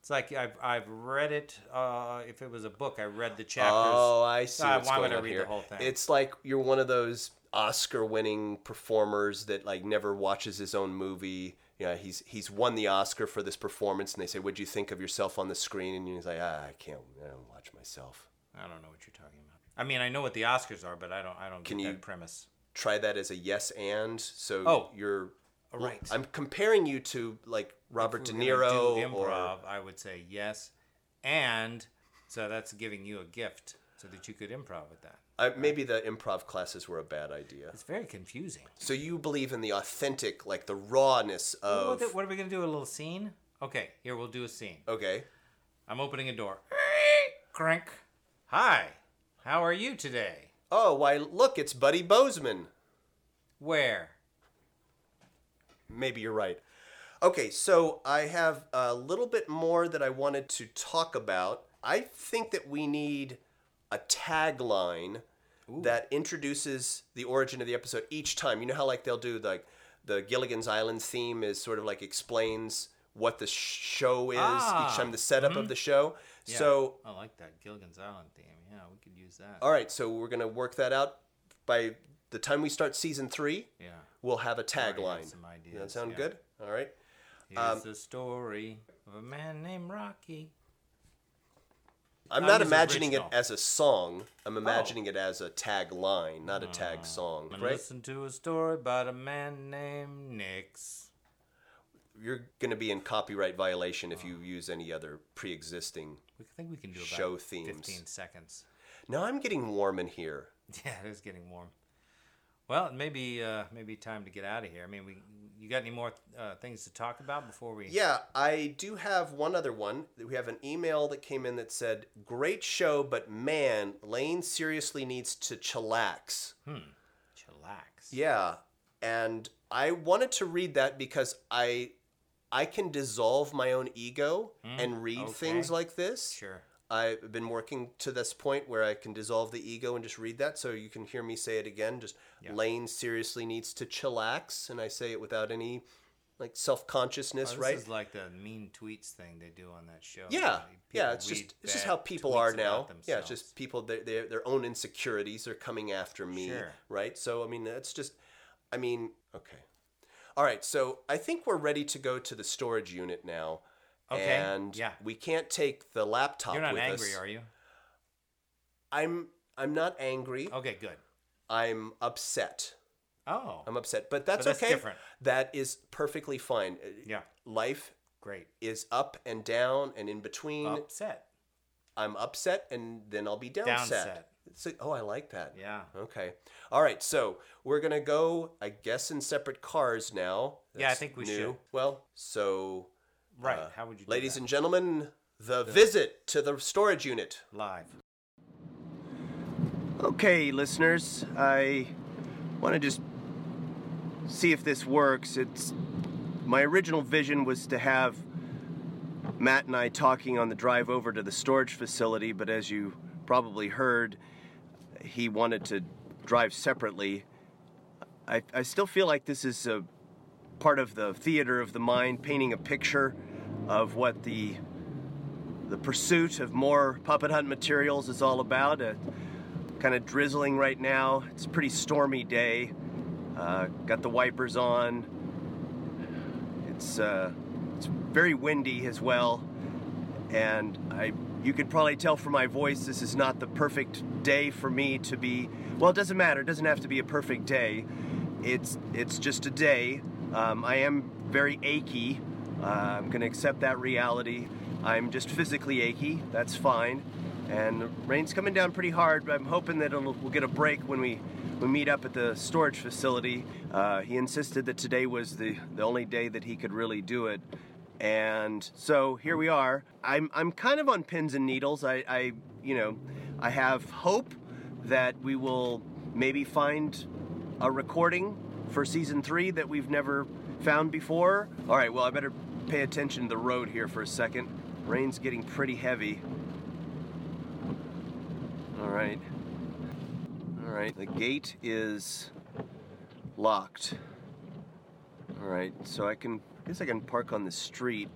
Speaker 1: It's like I've I've read it. Uh, if it was a book, I read the chapters.
Speaker 2: Oh, I see.
Speaker 1: Uh,
Speaker 2: what's
Speaker 1: why
Speaker 2: going
Speaker 1: would I
Speaker 2: on
Speaker 1: read
Speaker 2: here.
Speaker 1: the whole thing?
Speaker 2: It's like you're one of those Oscar-winning performers that like never watches his own movie. Yeah, he's he's won the Oscar for this performance, and they say, "What'd you think of yourself on the screen?" And he's like, ah, "I can't. I don't watch myself."
Speaker 1: I don't know what you're talking about. I mean, I know what the Oscars are, but I don't I don't
Speaker 2: Can
Speaker 1: get
Speaker 2: you-
Speaker 1: that premise.
Speaker 2: Try that as a yes and. So
Speaker 1: Oh.
Speaker 2: you're
Speaker 1: Right.
Speaker 2: I'm comparing you to like Robert De
Speaker 1: we're gonna do
Speaker 2: Niro or
Speaker 1: improv, I would say yes, and so that's giving you a gift so that you could improv with that.
Speaker 2: I, uh, maybe the improv classes were a bad idea.
Speaker 1: It's very confusing.
Speaker 2: So you believe in the authentic, like the rawness of.
Speaker 1: What, the- what are we gonna do? A little scene? Okay, here we'll do a scene.
Speaker 2: Okay.
Speaker 1: I'm opening a door. Crank. Hi. How are you today?
Speaker 2: Oh, why, look, it's Buddy Bozeman.
Speaker 1: Where?
Speaker 2: Maybe you're right. Okay, so I have a little bit more that I wanted to talk about. I think that we need a tagline that introduces the origin of the episode each time. You know how like they'll do like the Gilligan's Island theme is sort of like explains what the sh- show is
Speaker 1: Ah,
Speaker 2: each time the setup of the show. So
Speaker 1: I
Speaker 2: Oh,
Speaker 1: like that Gilligan's Island theme. Yeah, we could use that.
Speaker 2: All right, so we're gonna work that out by the time we start season three,
Speaker 1: Yeah.
Speaker 2: we'll have a
Speaker 1: have
Speaker 2: tagline.
Speaker 1: some
Speaker 2: Does that
Speaker 1: ideas,
Speaker 2: sound
Speaker 1: yeah.
Speaker 2: good? Um, All right.
Speaker 1: Here's the story of a man named Rocky.
Speaker 2: I'm
Speaker 1: Oh,
Speaker 2: not
Speaker 1: he's
Speaker 2: imagining
Speaker 1: original. Oh.
Speaker 2: it as a song. I'm imagining it as a tagline, not a tag song.
Speaker 1: Uh, And
Speaker 2: Right?
Speaker 1: listen to a story about a man named Nix.
Speaker 2: You're going to be in copyright violation
Speaker 1: Uh.
Speaker 2: if you use any other pre-existing.
Speaker 1: We think we can do about
Speaker 2: Show themes.
Speaker 1: 15 seconds.
Speaker 2: Now I'm getting warm in here.
Speaker 1: Yeah, it is getting warm. Well, maybe uh, maybe time to get out of here. I mean, we you got any more uh, things to talk about before we?
Speaker 2: Yeah, I do have one other one. We have an email that came in that said, "Great show, but man, Lane seriously needs to chillax."
Speaker 1: Hmm, Chillax.
Speaker 2: Yeah, and I wanted to read that because I I can dissolve my own ego and read
Speaker 1: Mm, okay.
Speaker 2: things like this.
Speaker 1: Sure.
Speaker 2: I've been working to this point where I can dissolve the ego and just read that, so you can hear me say it again. Just Lane seriously needs to chillax, and I say it without any like self consciousness,
Speaker 1: Oh, This
Speaker 2: right?
Speaker 1: is like the mean tweets thing they do on that show.
Speaker 2: Yeah,
Speaker 1: People
Speaker 2: yeah. It's
Speaker 1: read
Speaker 2: just it's just
Speaker 1: bad
Speaker 2: how people
Speaker 1: tweets
Speaker 2: are
Speaker 1: about
Speaker 2: now. Yeah,
Speaker 1: themselves.
Speaker 2: it's just people their their their own insecurities are coming after me,
Speaker 1: Sure.
Speaker 2: right? So I mean, that's just, I mean, okay, all right. So I think we're ready to go to the storage unit now.
Speaker 1: Okay,
Speaker 2: And
Speaker 1: yeah.
Speaker 2: we can't take the laptop
Speaker 1: You're not
Speaker 2: with
Speaker 1: angry,
Speaker 2: us.
Speaker 1: are you?
Speaker 2: I'm I'm not angry.
Speaker 1: Okay, good.
Speaker 2: I'm upset.
Speaker 1: Oh,
Speaker 2: I'm upset, but Um, that's,
Speaker 1: that's
Speaker 2: okay.
Speaker 1: different.
Speaker 2: That is perfectly fine.
Speaker 1: Yeah.
Speaker 2: Life
Speaker 1: great.
Speaker 2: is up and down and in between.
Speaker 1: Upset.
Speaker 2: I'm upset and then I'll be downset.
Speaker 1: Downset.
Speaker 2: It's like, oh, I like that.
Speaker 1: Yeah.
Speaker 2: Okay. All right. So we're going to go, I guess, in separate cars now.
Speaker 1: Yeah, I think we should.
Speaker 2: Well, so,
Speaker 1: Right.
Speaker 2: uh,
Speaker 1: How would you, do
Speaker 2: ladies
Speaker 1: that?
Speaker 2: and gentlemen, the visit to the storage unit.
Speaker 1: live?
Speaker 2: Okay, listeners, I want to just see if this works. It's my original vision was to have Matt and I talking on the drive over to the storage facility, but as you probably heard, he wanted to drive separately. I, I still feel like this is a part of the theater of the mind, painting a picture of what the the pursuit of more puppet hunt materials is all about. Uh, kind of drizzling right now. It's a pretty stormy day. Uh, got the wipers on. It's uh, it's very windy as well, and I you can probably tell from my voice this is not the perfect day for me to be. Well, it doesn't matter. It doesn't have to be a perfect day. It's it's just a day. Um, I am very achy. Uh, I'm gonna accept that reality. I'm just physically achy. That's fine and the rain's coming down pretty hard. But I'm hoping that it'll, we'll get a break when we we meet up at the storage facility. Uh, he insisted that today was the the only day that he could really do it, and so here we are. I'm I'm kind of on pins and needles. I, I you know I have hope that we will maybe find a recording for season three that we've never found before. All right, well I better pay attention to the road here for a second. Rain's getting pretty heavy. All right. All right. The gate is locked. All right. So I can I guess I can park on the street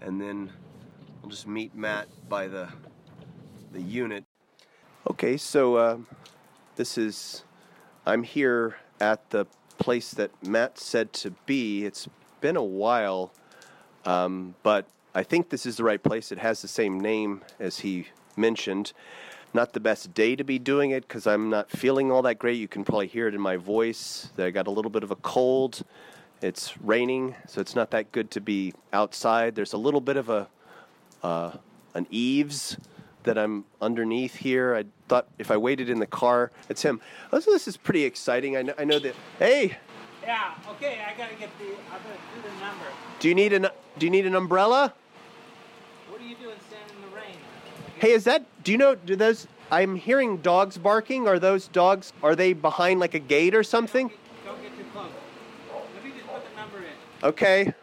Speaker 2: and then I'll just meet Matt by the the unit. Okay, so uh, this is I'm here at the place that Matt said to be. It's been a while but I think this is the right place. It has the same name as he mentioned. Not the best day to be doing it because I'm not feeling all that great. You can probably hear it in my voice. that I got a little bit of a cold. It's raining, so it's not that good to be outside. There's a little bit of a uh, an eaves that I'm underneath here. I thought if I waited in the car, it's him. Also, this is pretty exciting. I know, I know that. Hey,
Speaker 3: Yeah, okay, I gotta get the, I gotta do the number.
Speaker 2: do you need an do you need an umbrella?
Speaker 3: What are you doing standing in the rain?
Speaker 2: Hey, is that? Do you know? Do those? I'm hearing dogs barking. Are those dogs? Are they behind like a gate or something?
Speaker 3: Don't get too close. Let me just put the number in.
Speaker 2: Okay.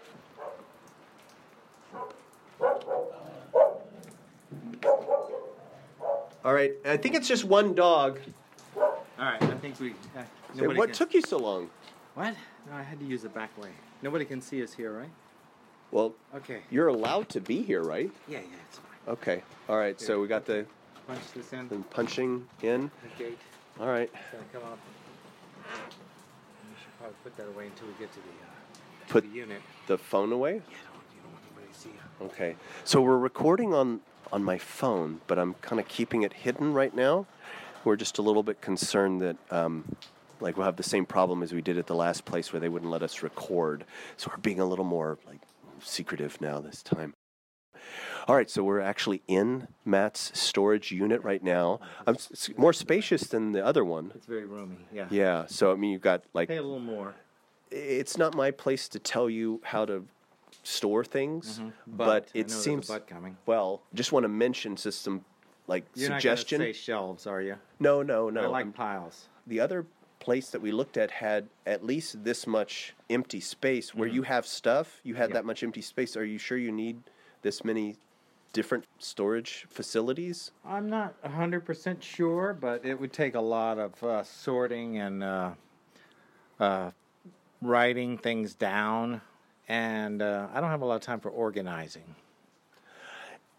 Speaker 2: All right. I think it's just one dog.
Speaker 3: All right, I think we, uh,
Speaker 2: Hey,
Speaker 3: nobody
Speaker 2: what
Speaker 3: can-
Speaker 2: took you so long?
Speaker 3: What? No, I had to use the back way. Nobody can see us here, right?
Speaker 2: Well,
Speaker 3: Okay.
Speaker 2: you're allowed to be here, right?
Speaker 3: Yeah, yeah, it's fine.
Speaker 2: Okay. All right. So we got the,
Speaker 3: Punch this in,
Speaker 2: the punching in.
Speaker 3: the gate,
Speaker 2: All right.
Speaker 3: it's gonna come up.
Speaker 1: We should probably put that away until we get to the, uh, to
Speaker 2: Put-
Speaker 1: the unit.
Speaker 2: The phone away?
Speaker 1: Yeah, don't, you don't want anybody to see you.
Speaker 2: Okay. So we're recording on on my phone, but I'm kind of keeping it hidden right now. We're just a little bit concerned that um, like we'll have the same problem as we did at the last place where they wouldn't let us record. So we're being a little more like secretive now this time. All right, so we're actually in Matt's storage unit right now. Um, s- s- more spacious than the other one.
Speaker 1: It's very roomy. Yeah.
Speaker 2: Yeah. So I mean, you've got like
Speaker 1: Pay a little more.
Speaker 2: it's not my place to tell you how to store things, but,
Speaker 1: Mm-hmm. But I know
Speaker 2: it
Speaker 1: there's a
Speaker 2: seems
Speaker 1: but coming.
Speaker 2: well. Just want to mention just some like
Speaker 1: You're
Speaker 2: suggestion.
Speaker 1: not gonna say shelves, are you?
Speaker 2: no, no, no.
Speaker 1: I like
Speaker 2: I'm-
Speaker 1: piles.
Speaker 2: the other place that we looked at had at least this much empty space where
Speaker 1: Mm-hmm.
Speaker 2: you have stuff. You had that much empty space. Are you sure you need this many different storage facilities?
Speaker 1: I'm not 100% sure, but it would take a lot of uh, sorting and uh, uh, writing things down. And uh, I don't have a lot of time for organizing.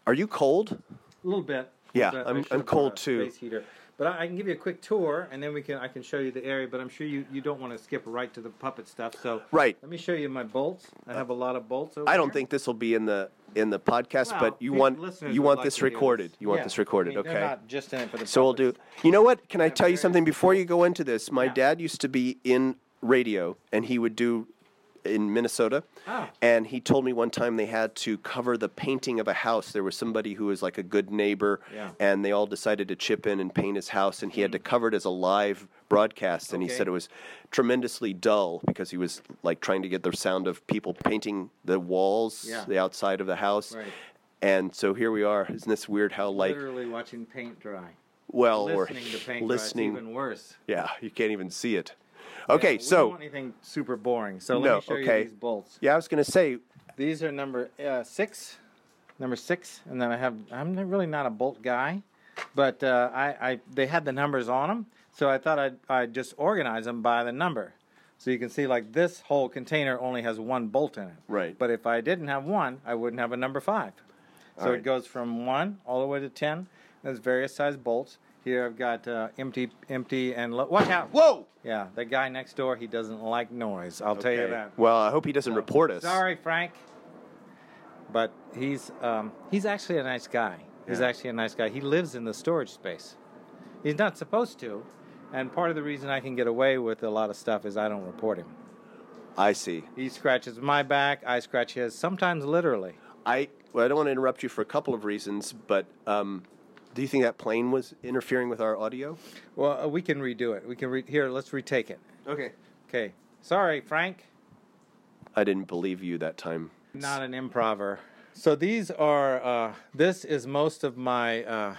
Speaker 2: Are you cold?
Speaker 1: A little bit.
Speaker 2: Yeah,
Speaker 1: But I
Speaker 2: I'm-
Speaker 1: should
Speaker 2: I'm
Speaker 1: have
Speaker 2: cold
Speaker 1: brought a
Speaker 2: too.
Speaker 1: Space heater. But I, I can give you a quick tour, and then we can I can show you the area. But I'm sure you, you don't want to skip right to the puppet stuff. So
Speaker 2: Right.
Speaker 1: Let me show you my bolts. I have a lot of bolts. Over
Speaker 2: I don't
Speaker 1: here.
Speaker 2: think this will be in the in the podcast,
Speaker 1: Well,
Speaker 2: but you
Speaker 1: people-
Speaker 2: want
Speaker 1: listeners
Speaker 2: you
Speaker 1: would
Speaker 2: want
Speaker 1: like to
Speaker 2: this
Speaker 1: hear
Speaker 2: recorded. You want
Speaker 1: Yeah.
Speaker 2: this
Speaker 1: I
Speaker 2: recorded,
Speaker 1: mean,
Speaker 2: okay?
Speaker 1: They're not just in it for the
Speaker 2: So we'll do.
Speaker 1: puppets.
Speaker 2: You know what? Can I
Speaker 1: Yeah,
Speaker 2: tell you
Speaker 1: very
Speaker 2: something before you go into this? My
Speaker 1: Yeah.
Speaker 2: dad used to be in radio, and he would do in Minnesota.
Speaker 1: Ah.
Speaker 2: And he told me one time they had to cover the painting of a house. There was somebody who was like a good neighbor,
Speaker 1: Yeah. Mm.
Speaker 2: and they all decided to chip in and paint his house, and he had to cover it as a live broadcast. And he
Speaker 1: Okay.
Speaker 2: said it was tremendously dull because he was like trying to get the sound of people painting the walls,
Speaker 1: Yeah.
Speaker 2: the outside of the house.
Speaker 1: Right.
Speaker 2: And so here we are. Isn't this weird how like
Speaker 1: Literally watching paint dry.
Speaker 2: well
Speaker 1: listening
Speaker 2: or
Speaker 1: to paint
Speaker 2: listening
Speaker 1: dry. It's even worse.
Speaker 2: yeah, you can't even see it. Okay,
Speaker 1: we
Speaker 2: so
Speaker 1: don't want anything super boring. So
Speaker 2: No,
Speaker 1: let me show
Speaker 2: okay.
Speaker 1: you these bolts.
Speaker 2: yeah, I was gonna say,
Speaker 1: These are number uh, six, number six, and then I have. I'm not- really not a bolt guy, but uh, I, I they had the numbers on them, so I thought I'd, I'd just organize them by the number. So you can see, like this whole container only has one bolt in it.
Speaker 2: Right.
Speaker 1: But if I didn't have one, I wouldn't have a number five. So
Speaker 2: right.
Speaker 1: it goes from one all the way to ten. There's various size bolts. Here I've got uh, empty, empty, and lo- watch out.
Speaker 2: whoa.
Speaker 1: Yeah, the guy next door, he doesn't like noise. I'll tell you
Speaker 2: Okay,
Speaker 1: that.
Speaker 2: Well, I hope he doesn't report us.
Speaker 1: Sorry, Frank. But he's um, he's actually a nice guy. He's
Speaker 2: Yeah.
Speaker 1: actually a nice guy. He lives in the storage space. He's not supposed to, and part of the reason I can get away with a lot of stuff is I don't report him.
Speaker 2: I see.
Speaker 1: He scratches my back, I scratch his. Sometimes literally.
Speaker 2: I well, I don't want to interrupt you for a couple of reasons, but um, do you think that plane was interfering with our audio?
Speaker 1: Well, uh, we can redo it. We can re- here. Let's retake it.
Speaker 2: Okay.
Speaker 1: Okay. Sorry, Frank.
Speaker 2: I didn't believe you that time.
Speaker 1: Not an improver. So these are. Uh, this is most of my uh,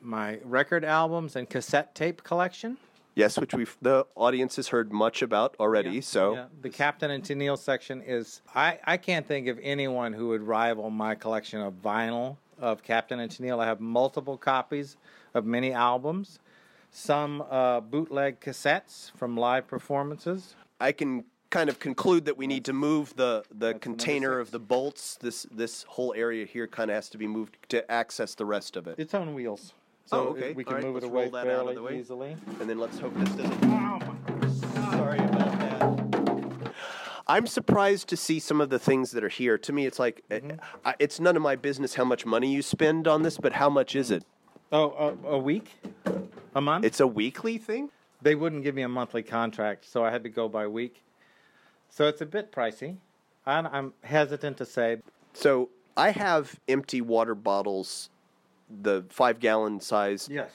Speaker 1: my record albums and cassette tape collection.
Speaker 2: Yes, which we've the audience has heard much about already. so
Speaker 1: Yeah, the Captain and Tennille section is. I I can't think of anyone who would rival my collection of vinyl of Captain and Tennille. I have multiple copies of many albums, some uh, bootleg cassettes from live performances.
Speaker 2: I can kind of conclude that we need to move the, the container of the bolts. This this whole area here kind of has to be moved to access the rest of it.
Speaker 1: It's on wheels, so
Speaker 2: Oh, okay.
Speaker 1: we can
Speaker 2: All right,
Speaker 1: move
Speaker 2: let's
Speaker 1: it away
Speaker 2: roll that out of
Speaker 1: fairly
Speaker 2: the way.
Speaker 1: easily.
Speaker 2: And then let's hope this doesn't. Oh, Sorry about that. I'm surprised to see some of the things that are here. To me, it's like eh,
Speaker 1: Mm-hmm.
Speaker 2: I it's none of my business how much money you spend on this, but how much is it?
Speaker 1: Oh, a, a week, a month.
Speaker 2: It's a weekly thing.
Speaker 1: they wouldn't give me a monthly contract, so I had to go by week. So it's a bit pricey. I'm, I'm hesitant to say.
Speaker 2: So I have empty water bottles, the five gallon size.
Speaker 1: Yes.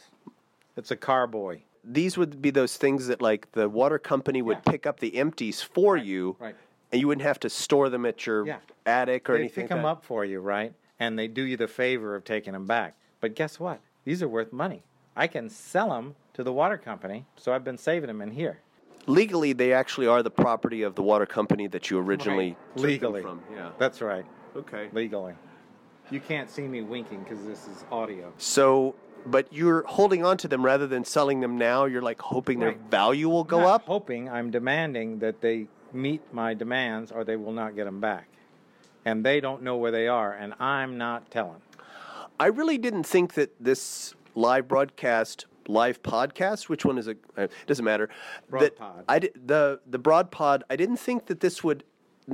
Speaker 1: It's a carboy.
Speaker 2: These would be those things that like the water company would
Speaker 1: Yeah.
Speaker 2: pick up the empties for you,
Speaker 1: right.
Speaker 2: and you wouldn't have to store them at your
Speaker 1: Yeah.
Speaker 2: attic or
Speaker 1: They
Speaker 2: anything.
Speaker 1: pick
Speaker 2: like
Speaker 1: them
Speaker 2: that.
Speaker 1: up for you, right? And they do you the favor of taking them back. But guess what? These are worth money. I can sell them to the water company, so I've been saving them in here.
Speaker 2: Legally, they actually are the property of the water company that you originally took them
Speaker 1: Legally.
Speaker 2: from. Yeah.
Speaker 1: That's right.
Speaker 2: Okay.
Speaker 1: Legally. You can't see me winking because this is audio.
Speaker 2: So, but you're holding on to them rather than selling them now. You're like hoping their
Speaker 1: Right.
Speaker 2: value will go
Speaker 1: Not
Speaker 2: up.
Speaker 1: Hoping I'm demanding that they meet my demands or they will not get them back. And they don't know where they are, and I'm not telling.
Speaker 2: I really didn't think that this live broadcast live podcast. Which one is it? uh, It doesn't matter.
Speaker 1: Broad
Speaker 2: That
Speaker 1: pod.
Speaker 2: I di- the the broad pod. I didn't think that this would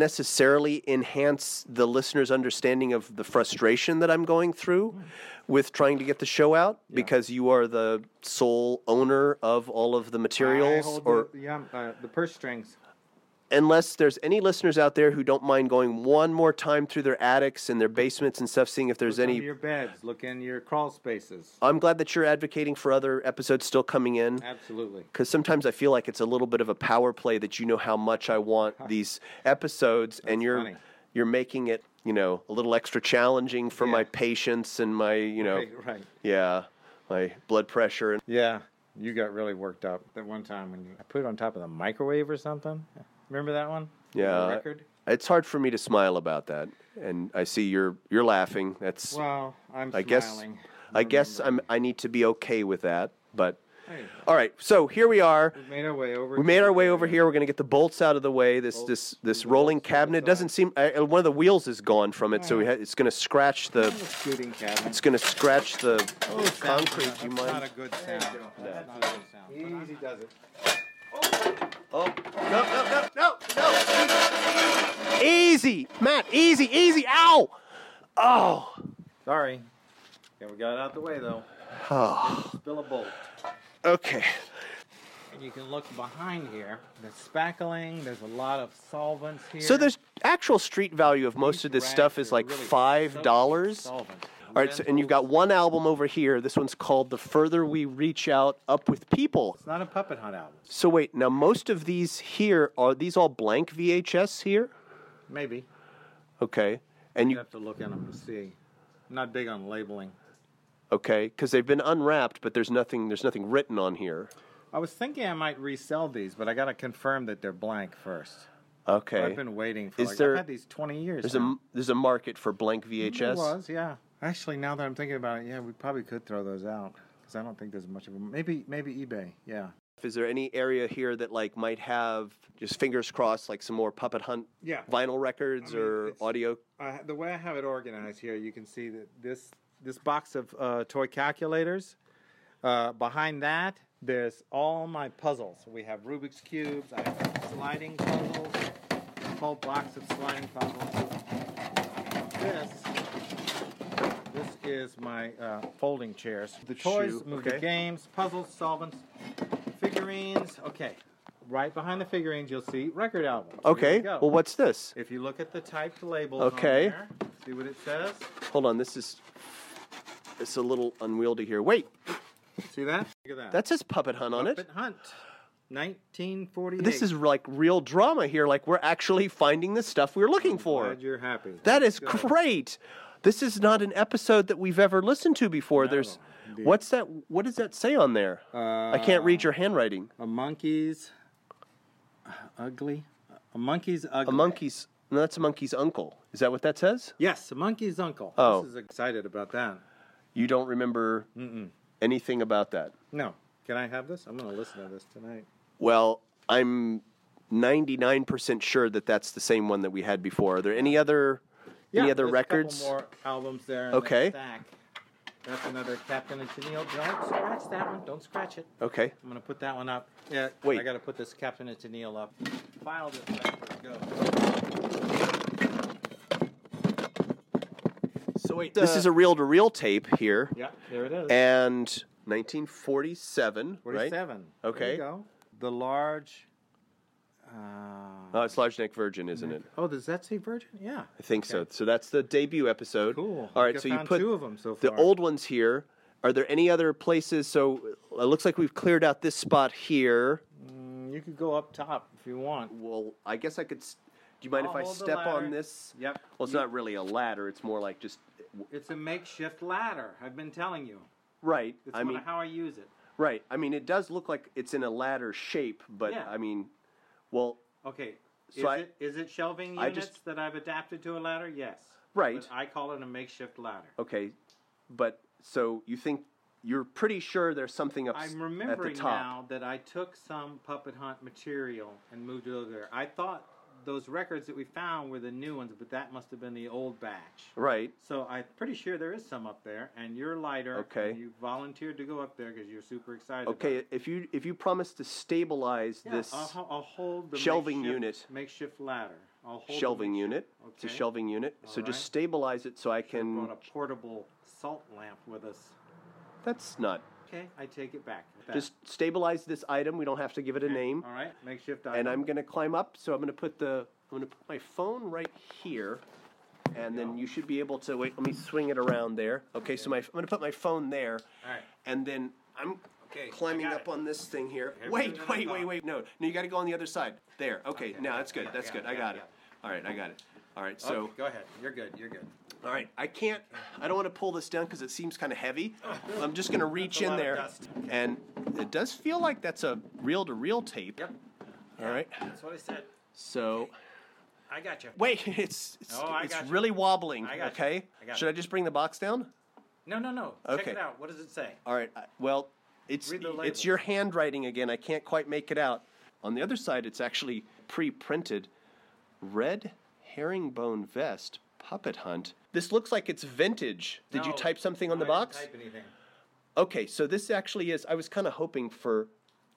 Speaker 2: necessarily enhance the listener's understanding of the frustration that I'm going through
Speaker 1: Hmm.
Speaker 2: with trying to get the show out because you are the sole owner of all of the
Speaker 1: I
Speaker 2: materials
Speaker 1: hold
Speaker 2: or
Speaker 1: the, yeah, uh, the purse strings.
Speaker 2: unless there's any listeners out there who don't mind going one more time through their attics and their basements and stuff, seeing if there's
Speaker 1: Look
Speaker 2: any.
Speaker 1: under your beds. Look in your crawl spaces.
Speaker 2: I'm glad that you're advocating for other episodes still coming in.
Speaker 1: Absolutely.
Speaker 2: Because sometimes I feel like it's a little bit of a power play that you know how much I want these episodes, and you're
Speaker 1: funny.
Speaker 2: you're making it, you know, a little extra challenging for my
Speaker 1: Yeah.
Speaker 2: patience and my, you know,
Speaker 1: Right, right.
Speaker 2: yeah, my blood pressure. And
Speaker 1: Yeah, you got really worked up that one time when you, I put it on top of the microwave or something. Remember that one?
Speaker 2: yeah,
Speaker 1: The record.
Speaker 2: it's hard for me to smile about that. And I see you're you're laughing. That's
Speaker 1: Well, I'm
Speaker 2: I
Speaker 1: smiling.
Speaker 2: guess I guess I'm I need to be okay with that. But
Speaker 1: Hey,
Speaker 2: all right, so here we are.
Speaker 1: we made our way over.
Speaker 2: We made our way over here. We're going to get the bolts out of the way. This this this rolling cabinet doesn't seem. I, uh, one of the wheels is gone from it, so we ha- it's going to scratch the.
Speaker 1: The shooting cabinet.
Speaker 2: It's going to scratch the
Speaker 1: sound,
Speaker 2: concrete.
Speaker 1: uh,
Speaker 2: Do you
Speaker 1: that's
Speaker 2: mind?
Speaker 1: Not a good sound. That's not a good sound. Easy does it.
Speaker 2: Oh no no no no no! Easy, Matt. Easy, easy. Ow! Oh.
Speaker 1: Sorry. Yeah, we got it out the way though. Spill a bolt.
Speaker 2: Okay.
Speaker 1: And you can look behind here. There's spackling. There's a lot of solvents here.
Speaker 2: So there's actual street value of most of this stuff is like five dollars.
Speaker 1: All
Speaker 2: All right, so, and you've got one album over here. This one's called "The Further We Reach Out Up with People."
Speaker 1: It's not a puppet hunt album.
Speaker 2: So wait, now most of these here are these all blank VHS here?
Speaker 1: Maybe.
Speaker 2: Okay, and
Speaker 1: You
Speaker 2: you
Speaker 1: have to look at them to see. I'm not big on labeling.
Speaker 2: okay because they've been unwrapped, but there's nothing there's nothing written on here.
Speaker 1: I was thinking I might resell these, but I gotta confirm that they're blank first.
Speaker 2: Okay,
Speaker 1: I've been waiting for.
Speaker 2: Is
Speaker 1: like,
Speaker 2: there-
Speaker 1: I've had these 20 years.
Speaker 2: there's
Speaker 1: now.
Speaker 2: a there's a market for blank
Speaker 1: It
Speaker 2: VHS.
Speaker 1: was, yeah. Actually, now that I'm thinking about it, yeah, we probably could throw those out because I don't think there's much of them. Maybe, maybe eBay. Yeah.
Speaker 2: Is there any area here that like might have just fingers crossed like some more Puppet Hunt
Speaker 1: Yeah.
Speaker 2: vinyl records
Speaker 1: I mean,
Speaker 2: or
Speaker 1: it's-
Speaker 2: audio?
Speaker 1: Uh, the way I have it organized here, you can see that this this box of uh, toy calculators. Uh, behind that, there's all my puzzles. We have Rubik's cubes. I have sliding puzzles. A whole box of sliding puzzles. This. This is my uh, folding chairs. The toys,
Speaker 2: shoe,
Speaker 1: move
Speaker 2: okay.
Speaker 1: the games, puzzles, solvents, figurines. Okay, right behind the figurines, you'll see record albums. Here
Speaker 2: Okay,
Speaker 1: we go.
Speaker 2: well what's this?
Speaker 1: If you look at the typed labels,
Speaker 2: Okay.
Speaker 1: on there, see what it says.
Speaker 2: Hold on, this is it's a little unwieldy here. Wait,
Speaker 1: See that? Look at that.
Speaker 2: that says Puppet Hunt on it.
Speaker 1: Puppet Hunt, 1948.
Speaker 2: This is like real drama here. Like we're actually finding the stuff we're looking for.
Speaker 1: Glad you're happy.
Speaker 2: That is
Speaker 1: Good.
Speaker 2: great. This is not an episode that we've ever listened to before. There's
Speaker 1: indeed. Uh,
Speaker 2: what's that? What does that say on there? I can't read your handwriting.
Speaker 1: A monkey's ugly. A monkey's ugly.
Speaker 2: A monkey's. No, that's a monkey's uncle. Is that what that says?
Speaker 1: Yes, a monkey's uncle.
Speaker 2: Oh.
Speaker 1: This is excited about that.
Speaker 2: You don't remember anything about that.
Speaker 1: No, can I have this? I'm going to listen to this tonight.
Speaker 2: Well, I'm 99% sure that that's the same one that we had before. Are there any other any
Speaker 1: Yeah,
Speaker 2: other
Speaker 1: there's
Speaker 2: records?
Speaker 1: A couple more albums there. in that
Speaker 2: Okay.
Speaker 1: stack. That's another Captain and Tennille. Don't scratch that one. Don't scratch it.
Speaker 2: Okay.
Speaker 1: I'm gonna put that one up. Yeah.
Speaker 2: Wait.
Speaker 1: I gotta put this Captain and Tennille up. File this back. Go.
Speaker 2: So wait, this is a reel-to-reel tape here.
Speaker 1: Yeah. There it is.
Speaker 2: and 1947, right?
Speaker 1: Forty-seven. There
Speaker 2: Okay.
Speaker 1: you go. The large. Uh,
Speaker 2: Oh, it's Large Neck Virgin, isn't it?
Speaker 1: oh, does that say Virgin? Yeah.
Speaker 2: I think so. So that's the debut episode.
Speaker 1: Cool.
Speaker 2: All
Speaker 1: I
Speaker 2: right,
Speaker 1: think
Speaker 2: so
Speaker 1: I
Speaker 2: you
Speaker 1: found
Speaker 2: put
Speaker 1: two of 'em so
Speaker 2: the
Speaker 1: far.
Speaker 2: old ones here. Are there any other places? So it looks like we've cleared out this spot here.
Speaker 1: Mm, You could go up top if you want.
Speaker 2: Well, I guess I could. s- Do you mind
Speaker 1: I'll
Speaker 2: if I
Speaker 1: hold the
Speaker 2: step on
Speaker 1: ladder.
Speaker 2: this?
Speaker 1: Yep.
Speaker 2: Well, it's not really a ladder. It's more like just
Speaker 1: It's a makeshift ladder. I've been telling you.
Speaker 2: right.
Speaker 1: It's
Speaker 2: I
Speaker 1: one
Speaker 2: mean,
Speaker 1: of how I use it.
Speaker 2: right. I mean, it does look like it's in a ladder shape, but
Speaker 1: Yeah.
Speaker 2: I mean, well,
Speaker 1: Okay.
Speaker 2: So
Speaker 1: is,
Speaker 2: I-
Speaker 1: it, is it shelving
Speaker 2: I
Speaker 1: units
Speaker 2: just-
Speaker 1: that I've adapted to a ladder? Yes.
Speaker 2: Right.
Speaker 1: But I call it a makeshift ladder.
Speaker 2: Okay, but so you think you're pretty sure there's something up s-
Speaker 1: I'm
Speaker 2: at the
Speaker 1: remembering
Speaker 2: top?
Speaker 1: now that I took some puppet hunt material and moved it over there. I thought
Speaker 3: those records that we found were the new ones, but that must have been the old batch.
Speaker 2: Right.
Speaker 3: So I'm pretty sure there is some up there, and you're lighter.
Speaker 2: Okay.
Speaker 3: and you volunteered to go up there because you're super excited. about
Speaker 2: Okay,
Speaker 3: it.
Speaker 2: if you if you promise to stabilize
Speaker 3: Yeah, uh-huh.
Speaker 2: this
Speaker 3: I'll, ho- I'll hold the
Speaker 2: shelving
Speaker 3: makeshift-
Speaker 2: unit.
Speaker 3: makeshift ladder. I'll hold the
Speaker 2: shelving
Speaker 3: makeshift-
Speaker 2: unit, it's a
Speaker 3: Okay.
Speaker 2: shelving unit. so
Speaker 3: All right.
Speaker 2: just stabilize it so I
Speaker 3: I brought a
Speaker 2: can.
Speaker 3: portable salt lamp with us.
Speaker 2: That's not.
Speaker 3: Okay, I take it back. That.
Speaker 2: Just stabilize this item. We don't have to give it a name.
Speaker 3: All right, makeshift.
Speaker 2: And
Speaker 3: item.
Speaker 2: I'm gonna climb up. So I'm gonna put the I'm gonna put my phone right here, and then you should be able to wait. Let me swing it around there. Okay. So my I'm gonna put my phone there.
Speaker 3: All right.
Speaker 2: And then I'm
Speaker 3: Okay,
Speaker 2: climbing
Speaker 3: I got
Speaker 2: up
Speaker 3: it.
Speaker 2: on this thing here.
Speaker 3: Here, put it
Speaker 2: wait,
Speaker 3: on
Speaker 2: wait,
Speaker 3: the
Speaker 2: wait,
Speaker 3: top.
Speaker 2: wait. No, no, you got to go on the other side. There. Okay. now that's good. That's
Speaker 3: yeah,
Speaker 2: good. I
Speaker 3: yeah,
Speaker 2: got it.
Speaker 3: yeah.
Speaker 2: All right. I got it. All right. So.
Speaker 3: Okay, go ahead. You're good. You're good.
Speaker 2: All right, I can't. I don't want to pull this down because it seems kind of heavy. I'm just gonna reach
Speaker 3: That's a
Speaker 2: in
Speaker 3: lot of
Speaker 2: there,
Speaker 3: dust.
Speaker 2: and it does feel like that's a reel-to-reel tape.
Speaker 3: Yep.
Speaker 2: All right.
Speaker 3: That's what I said.
Speaker 2: So
Speaker 3: I got you.
Speaker 2: wait, it's it's,
Speaker 3: Oh, I
Speaker 2: it's
Speaker 3: got you.
Speaker 2: really wobbling.
Speaker 3: I got you.
Speaker 2: okay.
Speaker 3: I got
Speaker 2: Should
Speaker 3: you.
Speaker 2: I just bring the box down?
Speaker 3: No, no, no.
Speaker 2: Okay.
Speaker 3: Check it out. What does it say?
Speaker 2: All right. I- Well, it's
Speaker 3: Read the
Speaker 2: it's
Speaker 3: label.
Speaker 2: your handwriting again. I can't quite make it out. On the other side, it's actually pre-printed. Red herringbone vest puppet hunt. This looks like it's vintage. Did you
Speaker 3: No.
Speaker 2: type something on
Speaker 3: No,
Speaker 2: the
Speaker 3: I didn't
Speaker 2: box?
Speaker 3: type anything.
Speaker 2: Okay, so this actually is. I was kind of hoping for.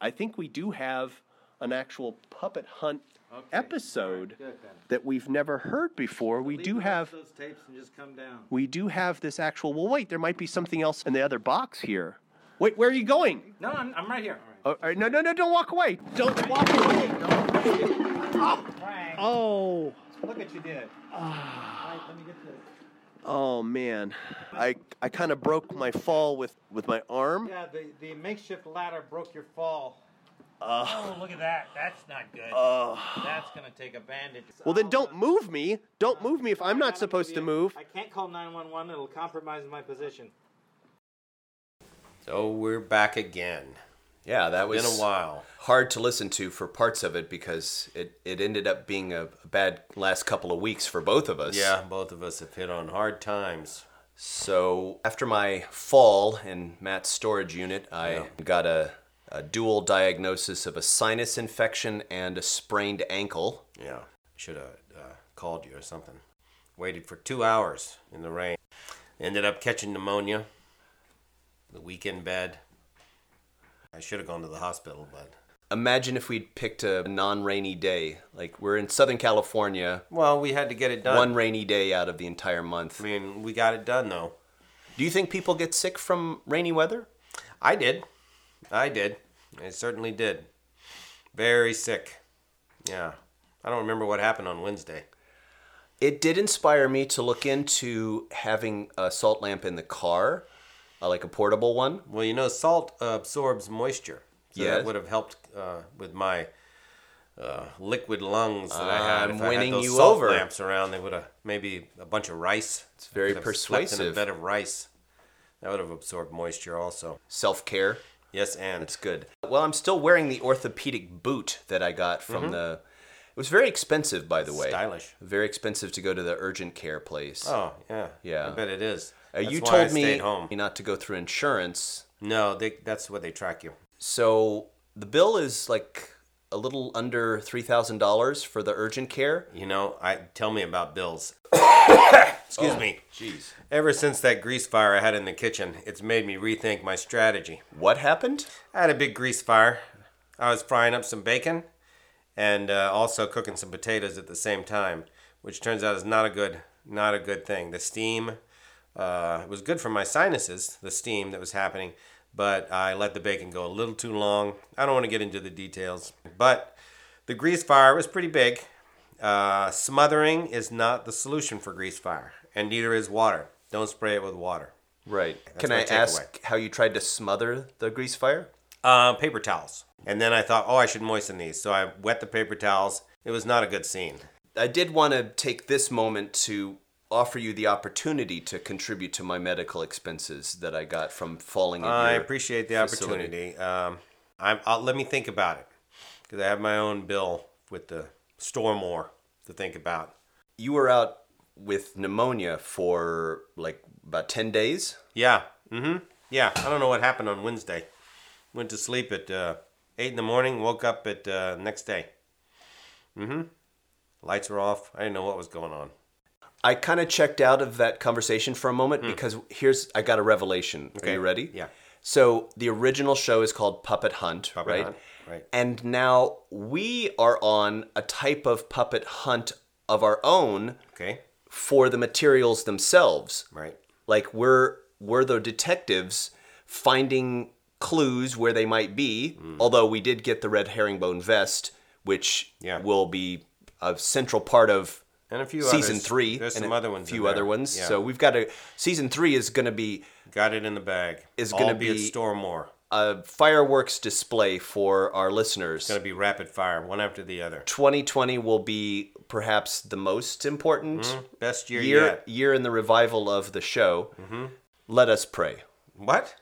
Speaker 2: I think we do have an actual puppet hunt
Speaker 3: Okay,
Speaker 2: episode
Speaker 3: all right, good then.
Speaker 2: that we've never heard before. we
Speaker 3: Leave
Speaker 2: do
Speaker 3: the rest
Speaker 2: have.
Speaker 3: of those tapes and just come down.
Speaker 2: We do have this actual. Well, wait, there might be something else in the other box here. Wait, where are you going?
Speaker 3: No, I'm, I'm right here.
Speaker 2: Oh, all right, no, no, no! Don't walk away! Don't walk away!
Speaker 3: Frank,
Speaker 2: Oh,
Speaker 3: look what you did.
Speaker 4: Ah.
Speaker 3: All right, let me get this.
Speaker 2: oh man, I I kind of broke my fall with with my arm.
Speaker 3: Yeah, the, the makeshift ladder broke your fall.
Speaker 4: Oh, look at that. That's not good. That's going to take a bandage.
Speaker 2: Well, then don't move me! Don't move me if I'm
Speaker 3: I
Speaker 2: not
Speaker 3: gotta
Speaker 2: supposed to
Speaker 3: give you-
Speaker 2: move.
Speaker 3: I can't call 911. It'll compromise my position.
Speaker 5: So we're back again. Yeah, that was
Speaker 6: Been a while.
Speaker 5: hard to listen to for parts of it because it, it ended up being a bad last couple of weeks for both of us.
Speaker 6: Yeah, both of us have hit on hard times.
Speaker 5: So after my fall in Matt's storage unit, I got a, a dual diagnosis of a sinus infection and a sprained ankle.
Speaker 6: Yeah, should have uh, called you or something. Waited for two hours in the rain. Ended up catching pneumonia. The weekend bed. I should have gone to the hospital, but
Speaker 5: Imagine if we'd picked a non-rainy day. Like we're in Southern California,
Speaker 6: well, we had to get it done.
Speaker 5: one rainy day out of the entire month.
Speaker 6: I mean, we got it done though.
Speaker 5: Do you think people get sick from rainy weather?
Speaker 6: I did. I did. I certainly did. Very sick. Yeah. I don't remember what happened on Wednesday.
Speaker 5: It did inspire me to look into having a salt lamp in the car, uh, like a portable one.
Speaker 6: Well, you know, salt uh, absorbs moisture. So
Speaker 5: Yes.
Speaker 6: that would have helped uh, with my uh, liquid lungs that I
Speaker 5: I'm
Speaker 6: had. If I
Speaker 5: winning
Speaker 6: had those
Speaker 5: you
Speaker 6: salt
Speaker 5: over.
Speaker 6: lamps around, they would have maybe a bunch of rice. It's
Speaker 5: very
Speaker 6: In a
Speaker 5: persuasive.
Speaker 6: bed of rice. That would have absorbed moisture also.
Speaker 5: Self care.
Speaker 6: Yes, and
Speaker 5: It's good. Well, I'm still wearing the orthopedic boot that I got from
Speaker 6: Mm-hmm.
Speaker 5: the. It was very expensive, by the way.
Speaker 6: Stylish.
Speaker 5: Very expensive to go to the urgent care place.
Speaker 6: Oh yeah,
Speaker 5: Yeah.
Speaker 6: I bet it is.
Speaker 5: Uh, you
Speaker 6: That's why
Speaker 5: told
Speaker 6: I
Speaker 5: me
Speaker 6: stayed home.
Speaker 5: not to go through insurance,
Speaker 6: No, they, that's what they track you.
Speaker 5: so the bill is like a little under three thousand dollars for the urgent care.
Speaker 6: You know, I tell me about bills. Excuse me.
Speaker 5: Jeez,
Speaker 6: Ever since that grease fire I had in the kitchen, it's made me rethink my strategy.
Speaker 5: what happened?
Speaker 6: I had a big grease fire. I was frying up some bacon and uh, also cooking some potatoes at the same time, which turns out is not a good not a good thing. The steam uh, was good for my sinuses, the steam that was happening, but I let the bacon go a little too long. I don't want to get into the details, but the grease fire was pretty big. Uh, smothering is not the solution for grease fire, and neither is water. Don't spray it with water.
Speaker 5: Right. Can
Speaker 6: my
Speaker 5: I ask
Speaker 6: takeaway.
Speaker 5: how you tried to smother the grease fire?
Speaker 6: uh, paper towels. And then I thought, oh, I should moisten these. So I wet the paper towels. It was not a good scene.
Speaker 5: I did want to take this moment to offer you the opportunity to contribute to my medical expenses that I got from falling. in
Speaker 6: I
Speaker 5: your-
Speaker 6: appreciate the
Speaker 5: facility.
Speaker 6: opportunity. Um, I'm, I'll, let me think about it because I have my own bill with the Stormore to think about.
Speaker 5: You were out with pneumonia for like about ten days.
Speaker 6: Yeah. Mm-hmm. Yeah. I don't know what happened on Wednesday. Went to sleep at uh, eight in the morning. Woke up at uh, next day. Mm-hmm. Lights were off. I didn't know what was going on.
Speaker 5: I kind of checked out of that conversation for a moment because here's I got a revelation. Are you ready?
Speaker 6: Hmm. yeah.
Speaker 5: So the original show is called Puppet Hunt,
Speaker 6: Puppet
Speaker 5: right?
Speaker 6: Hunt, right.
Speaker 5: And now we are on a type of puppet hunt of our own
Speaker 6: Okay.
Speaker 5: for the materials themselves.
Speaker 6: Right.
Speaker 5: Like we're we're the detectives finding clues where they might be.
Speaker 6: Hmm.
Speaker 5: Although we did get the red herringbone vest, which
Speaker 6: Yeah.
Speaker 5: will be a central part of
Speaker 6: And a few
Speaker 5: season
Speaker 6: others.
Speaker 5: three.
Speaker 6: There's
Speaker 5: and
Speaker 6: some
Speaker 5: a
Speaker 6: other ones. in
Speaker 5: Few
Speaker 6: there.
Speaker 5: other ones.
Speaker 6: Yeah.
Speaker 5: So we've got a season three is going to be
Speaker 6: got it in the bag.
Speaker 5: Is gonna
Speaker 6: Albeit
Speaker 5: be-
Speaker 6: Stormore.
Speaker 5: a fireworks display for our listeners.
Speaker 6: Gonna be rapid fire, one after the other.
Speaker 5: 2020 will be perhaps the most important
Speaker 6: Best year,
Speaker 5: year
Speaker 6: Hmm. yet. Mm-hmm.
Speaker 5: year in the revival of the show. Let us pray.
Speaker 6: What?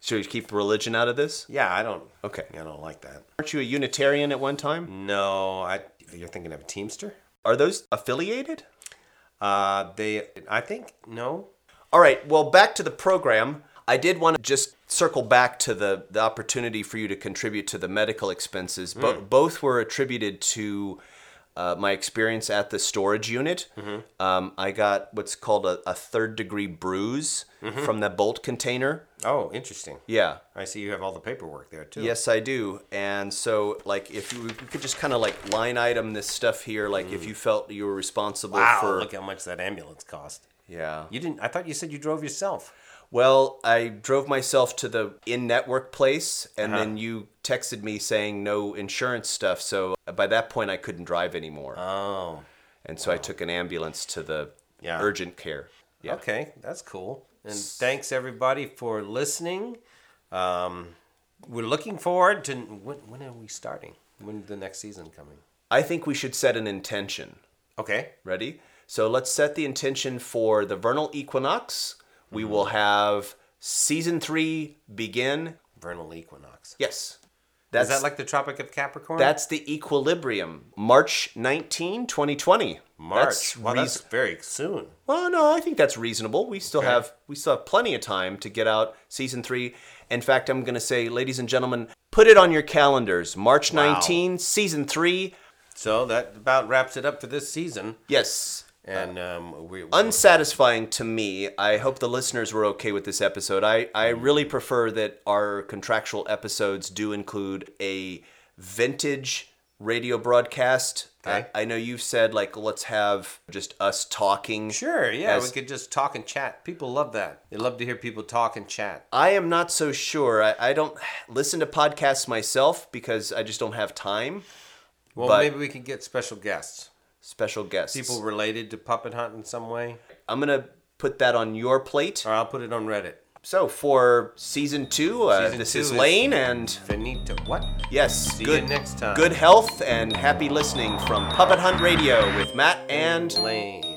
Speaker 5: Should we keep religion out of this?
Speaker 6: Yeah, I don't.
Speaker 5: Okay.
Speaker 6: I don't like that.
Speaker 5: Aren't you a Unitarian at one time?
Speaker 6: No, I. You're thinking of a Teamster?
Speaker 5: Are those affiliated?
Speaker 6: Uh, they. I think no.
Speaker 5: All right, well, back to the program. I did want to just circle back to the, the opportunity for you to contribute to the medical expenses.
Speaker 6: Hmm.
Speaker 5: Bo- both were attributed to uh, my experience at the storage unit.
Speaker 6: Mm-hmm.
Speaker 5: Um, I got what's called a, a third degree bruise
Speaker 6: Mm-hmm.
Speaker 5: from the bolt container.
Speaker 6: Oh, interesting.
Speaker 5: Yeah.
Speaker 6: I see you have all the paperwork there too.
Speaker 5: Yes, I do. And so, like, if you, we could just kind of like line item this stuff here, like if you felt you were responsible
Speaker 6: Mm. Wow.
Speaker 5: for.
Speaker 6: Look how much that ambulance cost.
Speaker 5: yeah.
Speaker 6: You didn't. I thought you said you drove yourself.
Speaker 5: Well, I drove myself to the in network place, and
Speaker 6: Uh-huh.
Speaker 5: then you texted me saying no insurance stuff. So by that point, I couldn't drive anymore.
Speaker 6: Oh.
Speaker 5: and so I took an ambulance to the
Speaker 6: Yeah. Oh.
Speaker 5: urgent care. Yeah.
Speaker 6: Okay, that's cool. And thanks everybody for listening. Um, we're looking forward to when, when are we starting? When the next season coming?
Speaker 5: I think we should set an intention.
Speaker 6: Okay.
Speaker 5: Ready? So let's set the intention for the vernal equinox. We
Speaker 6: Mm-hmm.
Speaker 5: will have season three begin.
Speaker 6: Vernal equinox.
Speaker 5: Yes. That's,
Speaker 6: Is that like the Tropic of Capricorn?
Speaker 5: that's the equilibrium. March 19, 2020.
Speaker 6: March.
Speaker 5: That's
Speaker 6: wow,
Speaker 5: reas-
Speaker 6: that's very soon.
Speaker 5: Well, no, I think that's reasonable. We still
Speaker 6: Okay.
Speaker 5: have we still have plenty of time to get out season three. In fact, I'm going to say, ladies and gentlemen, put it on your calendars. March
Speaker 6: Wow.
Speaker 5: 19, season three.
Speaker 6: So that about wraps it up for this season.
Speaker 5: Yes.
Speaker 6: And
Speaker 5: Uh,
Speaker 6: um, we, we
Speaker 5: Unsatisfying to me. I hope the listeners were okay with this episode. I, I really prefer that our contractual episodes do include a vintage radio broadcast.
Speaker 6: Okay.
Speaker 5: I, I know you've said, like, let's have just us talking.
Speaker 6: sure, yeah,
Speaker 5: As-
Speaker 6: we could just talk and chat. People love that. They love to hear people talk and chat.
Speaker 5: I am not so sure. I, I don't listen to podcasts myself because I just don't have time.
Speaker 6: Well,
Speaker 5: But-
Speaker 6: maybe we can get special guests,
Speaker 5: Special guests.
Speaker 6: people related to puppet hunt in some way.
Speaker 5: I'm going to put that on your plate.
Speaker 6: Or I'll put it on Reddit.
Speaker 5: So for season two, uh,
Speaker 6: Season
Speaker 5: this
Speaker 6: two
Speaker 5: is
Speaker 6: is-
Speaker 5: Lane, and
Speaker 6: Finito. What?
Speaker 5: yes,
Speaker 6: See
Speaker 5: good
Speaker 6: you next time.
Speaker 5: Good health and happy listening from Puppet Hunt Radio with Matt and
Speaker 6: Lane.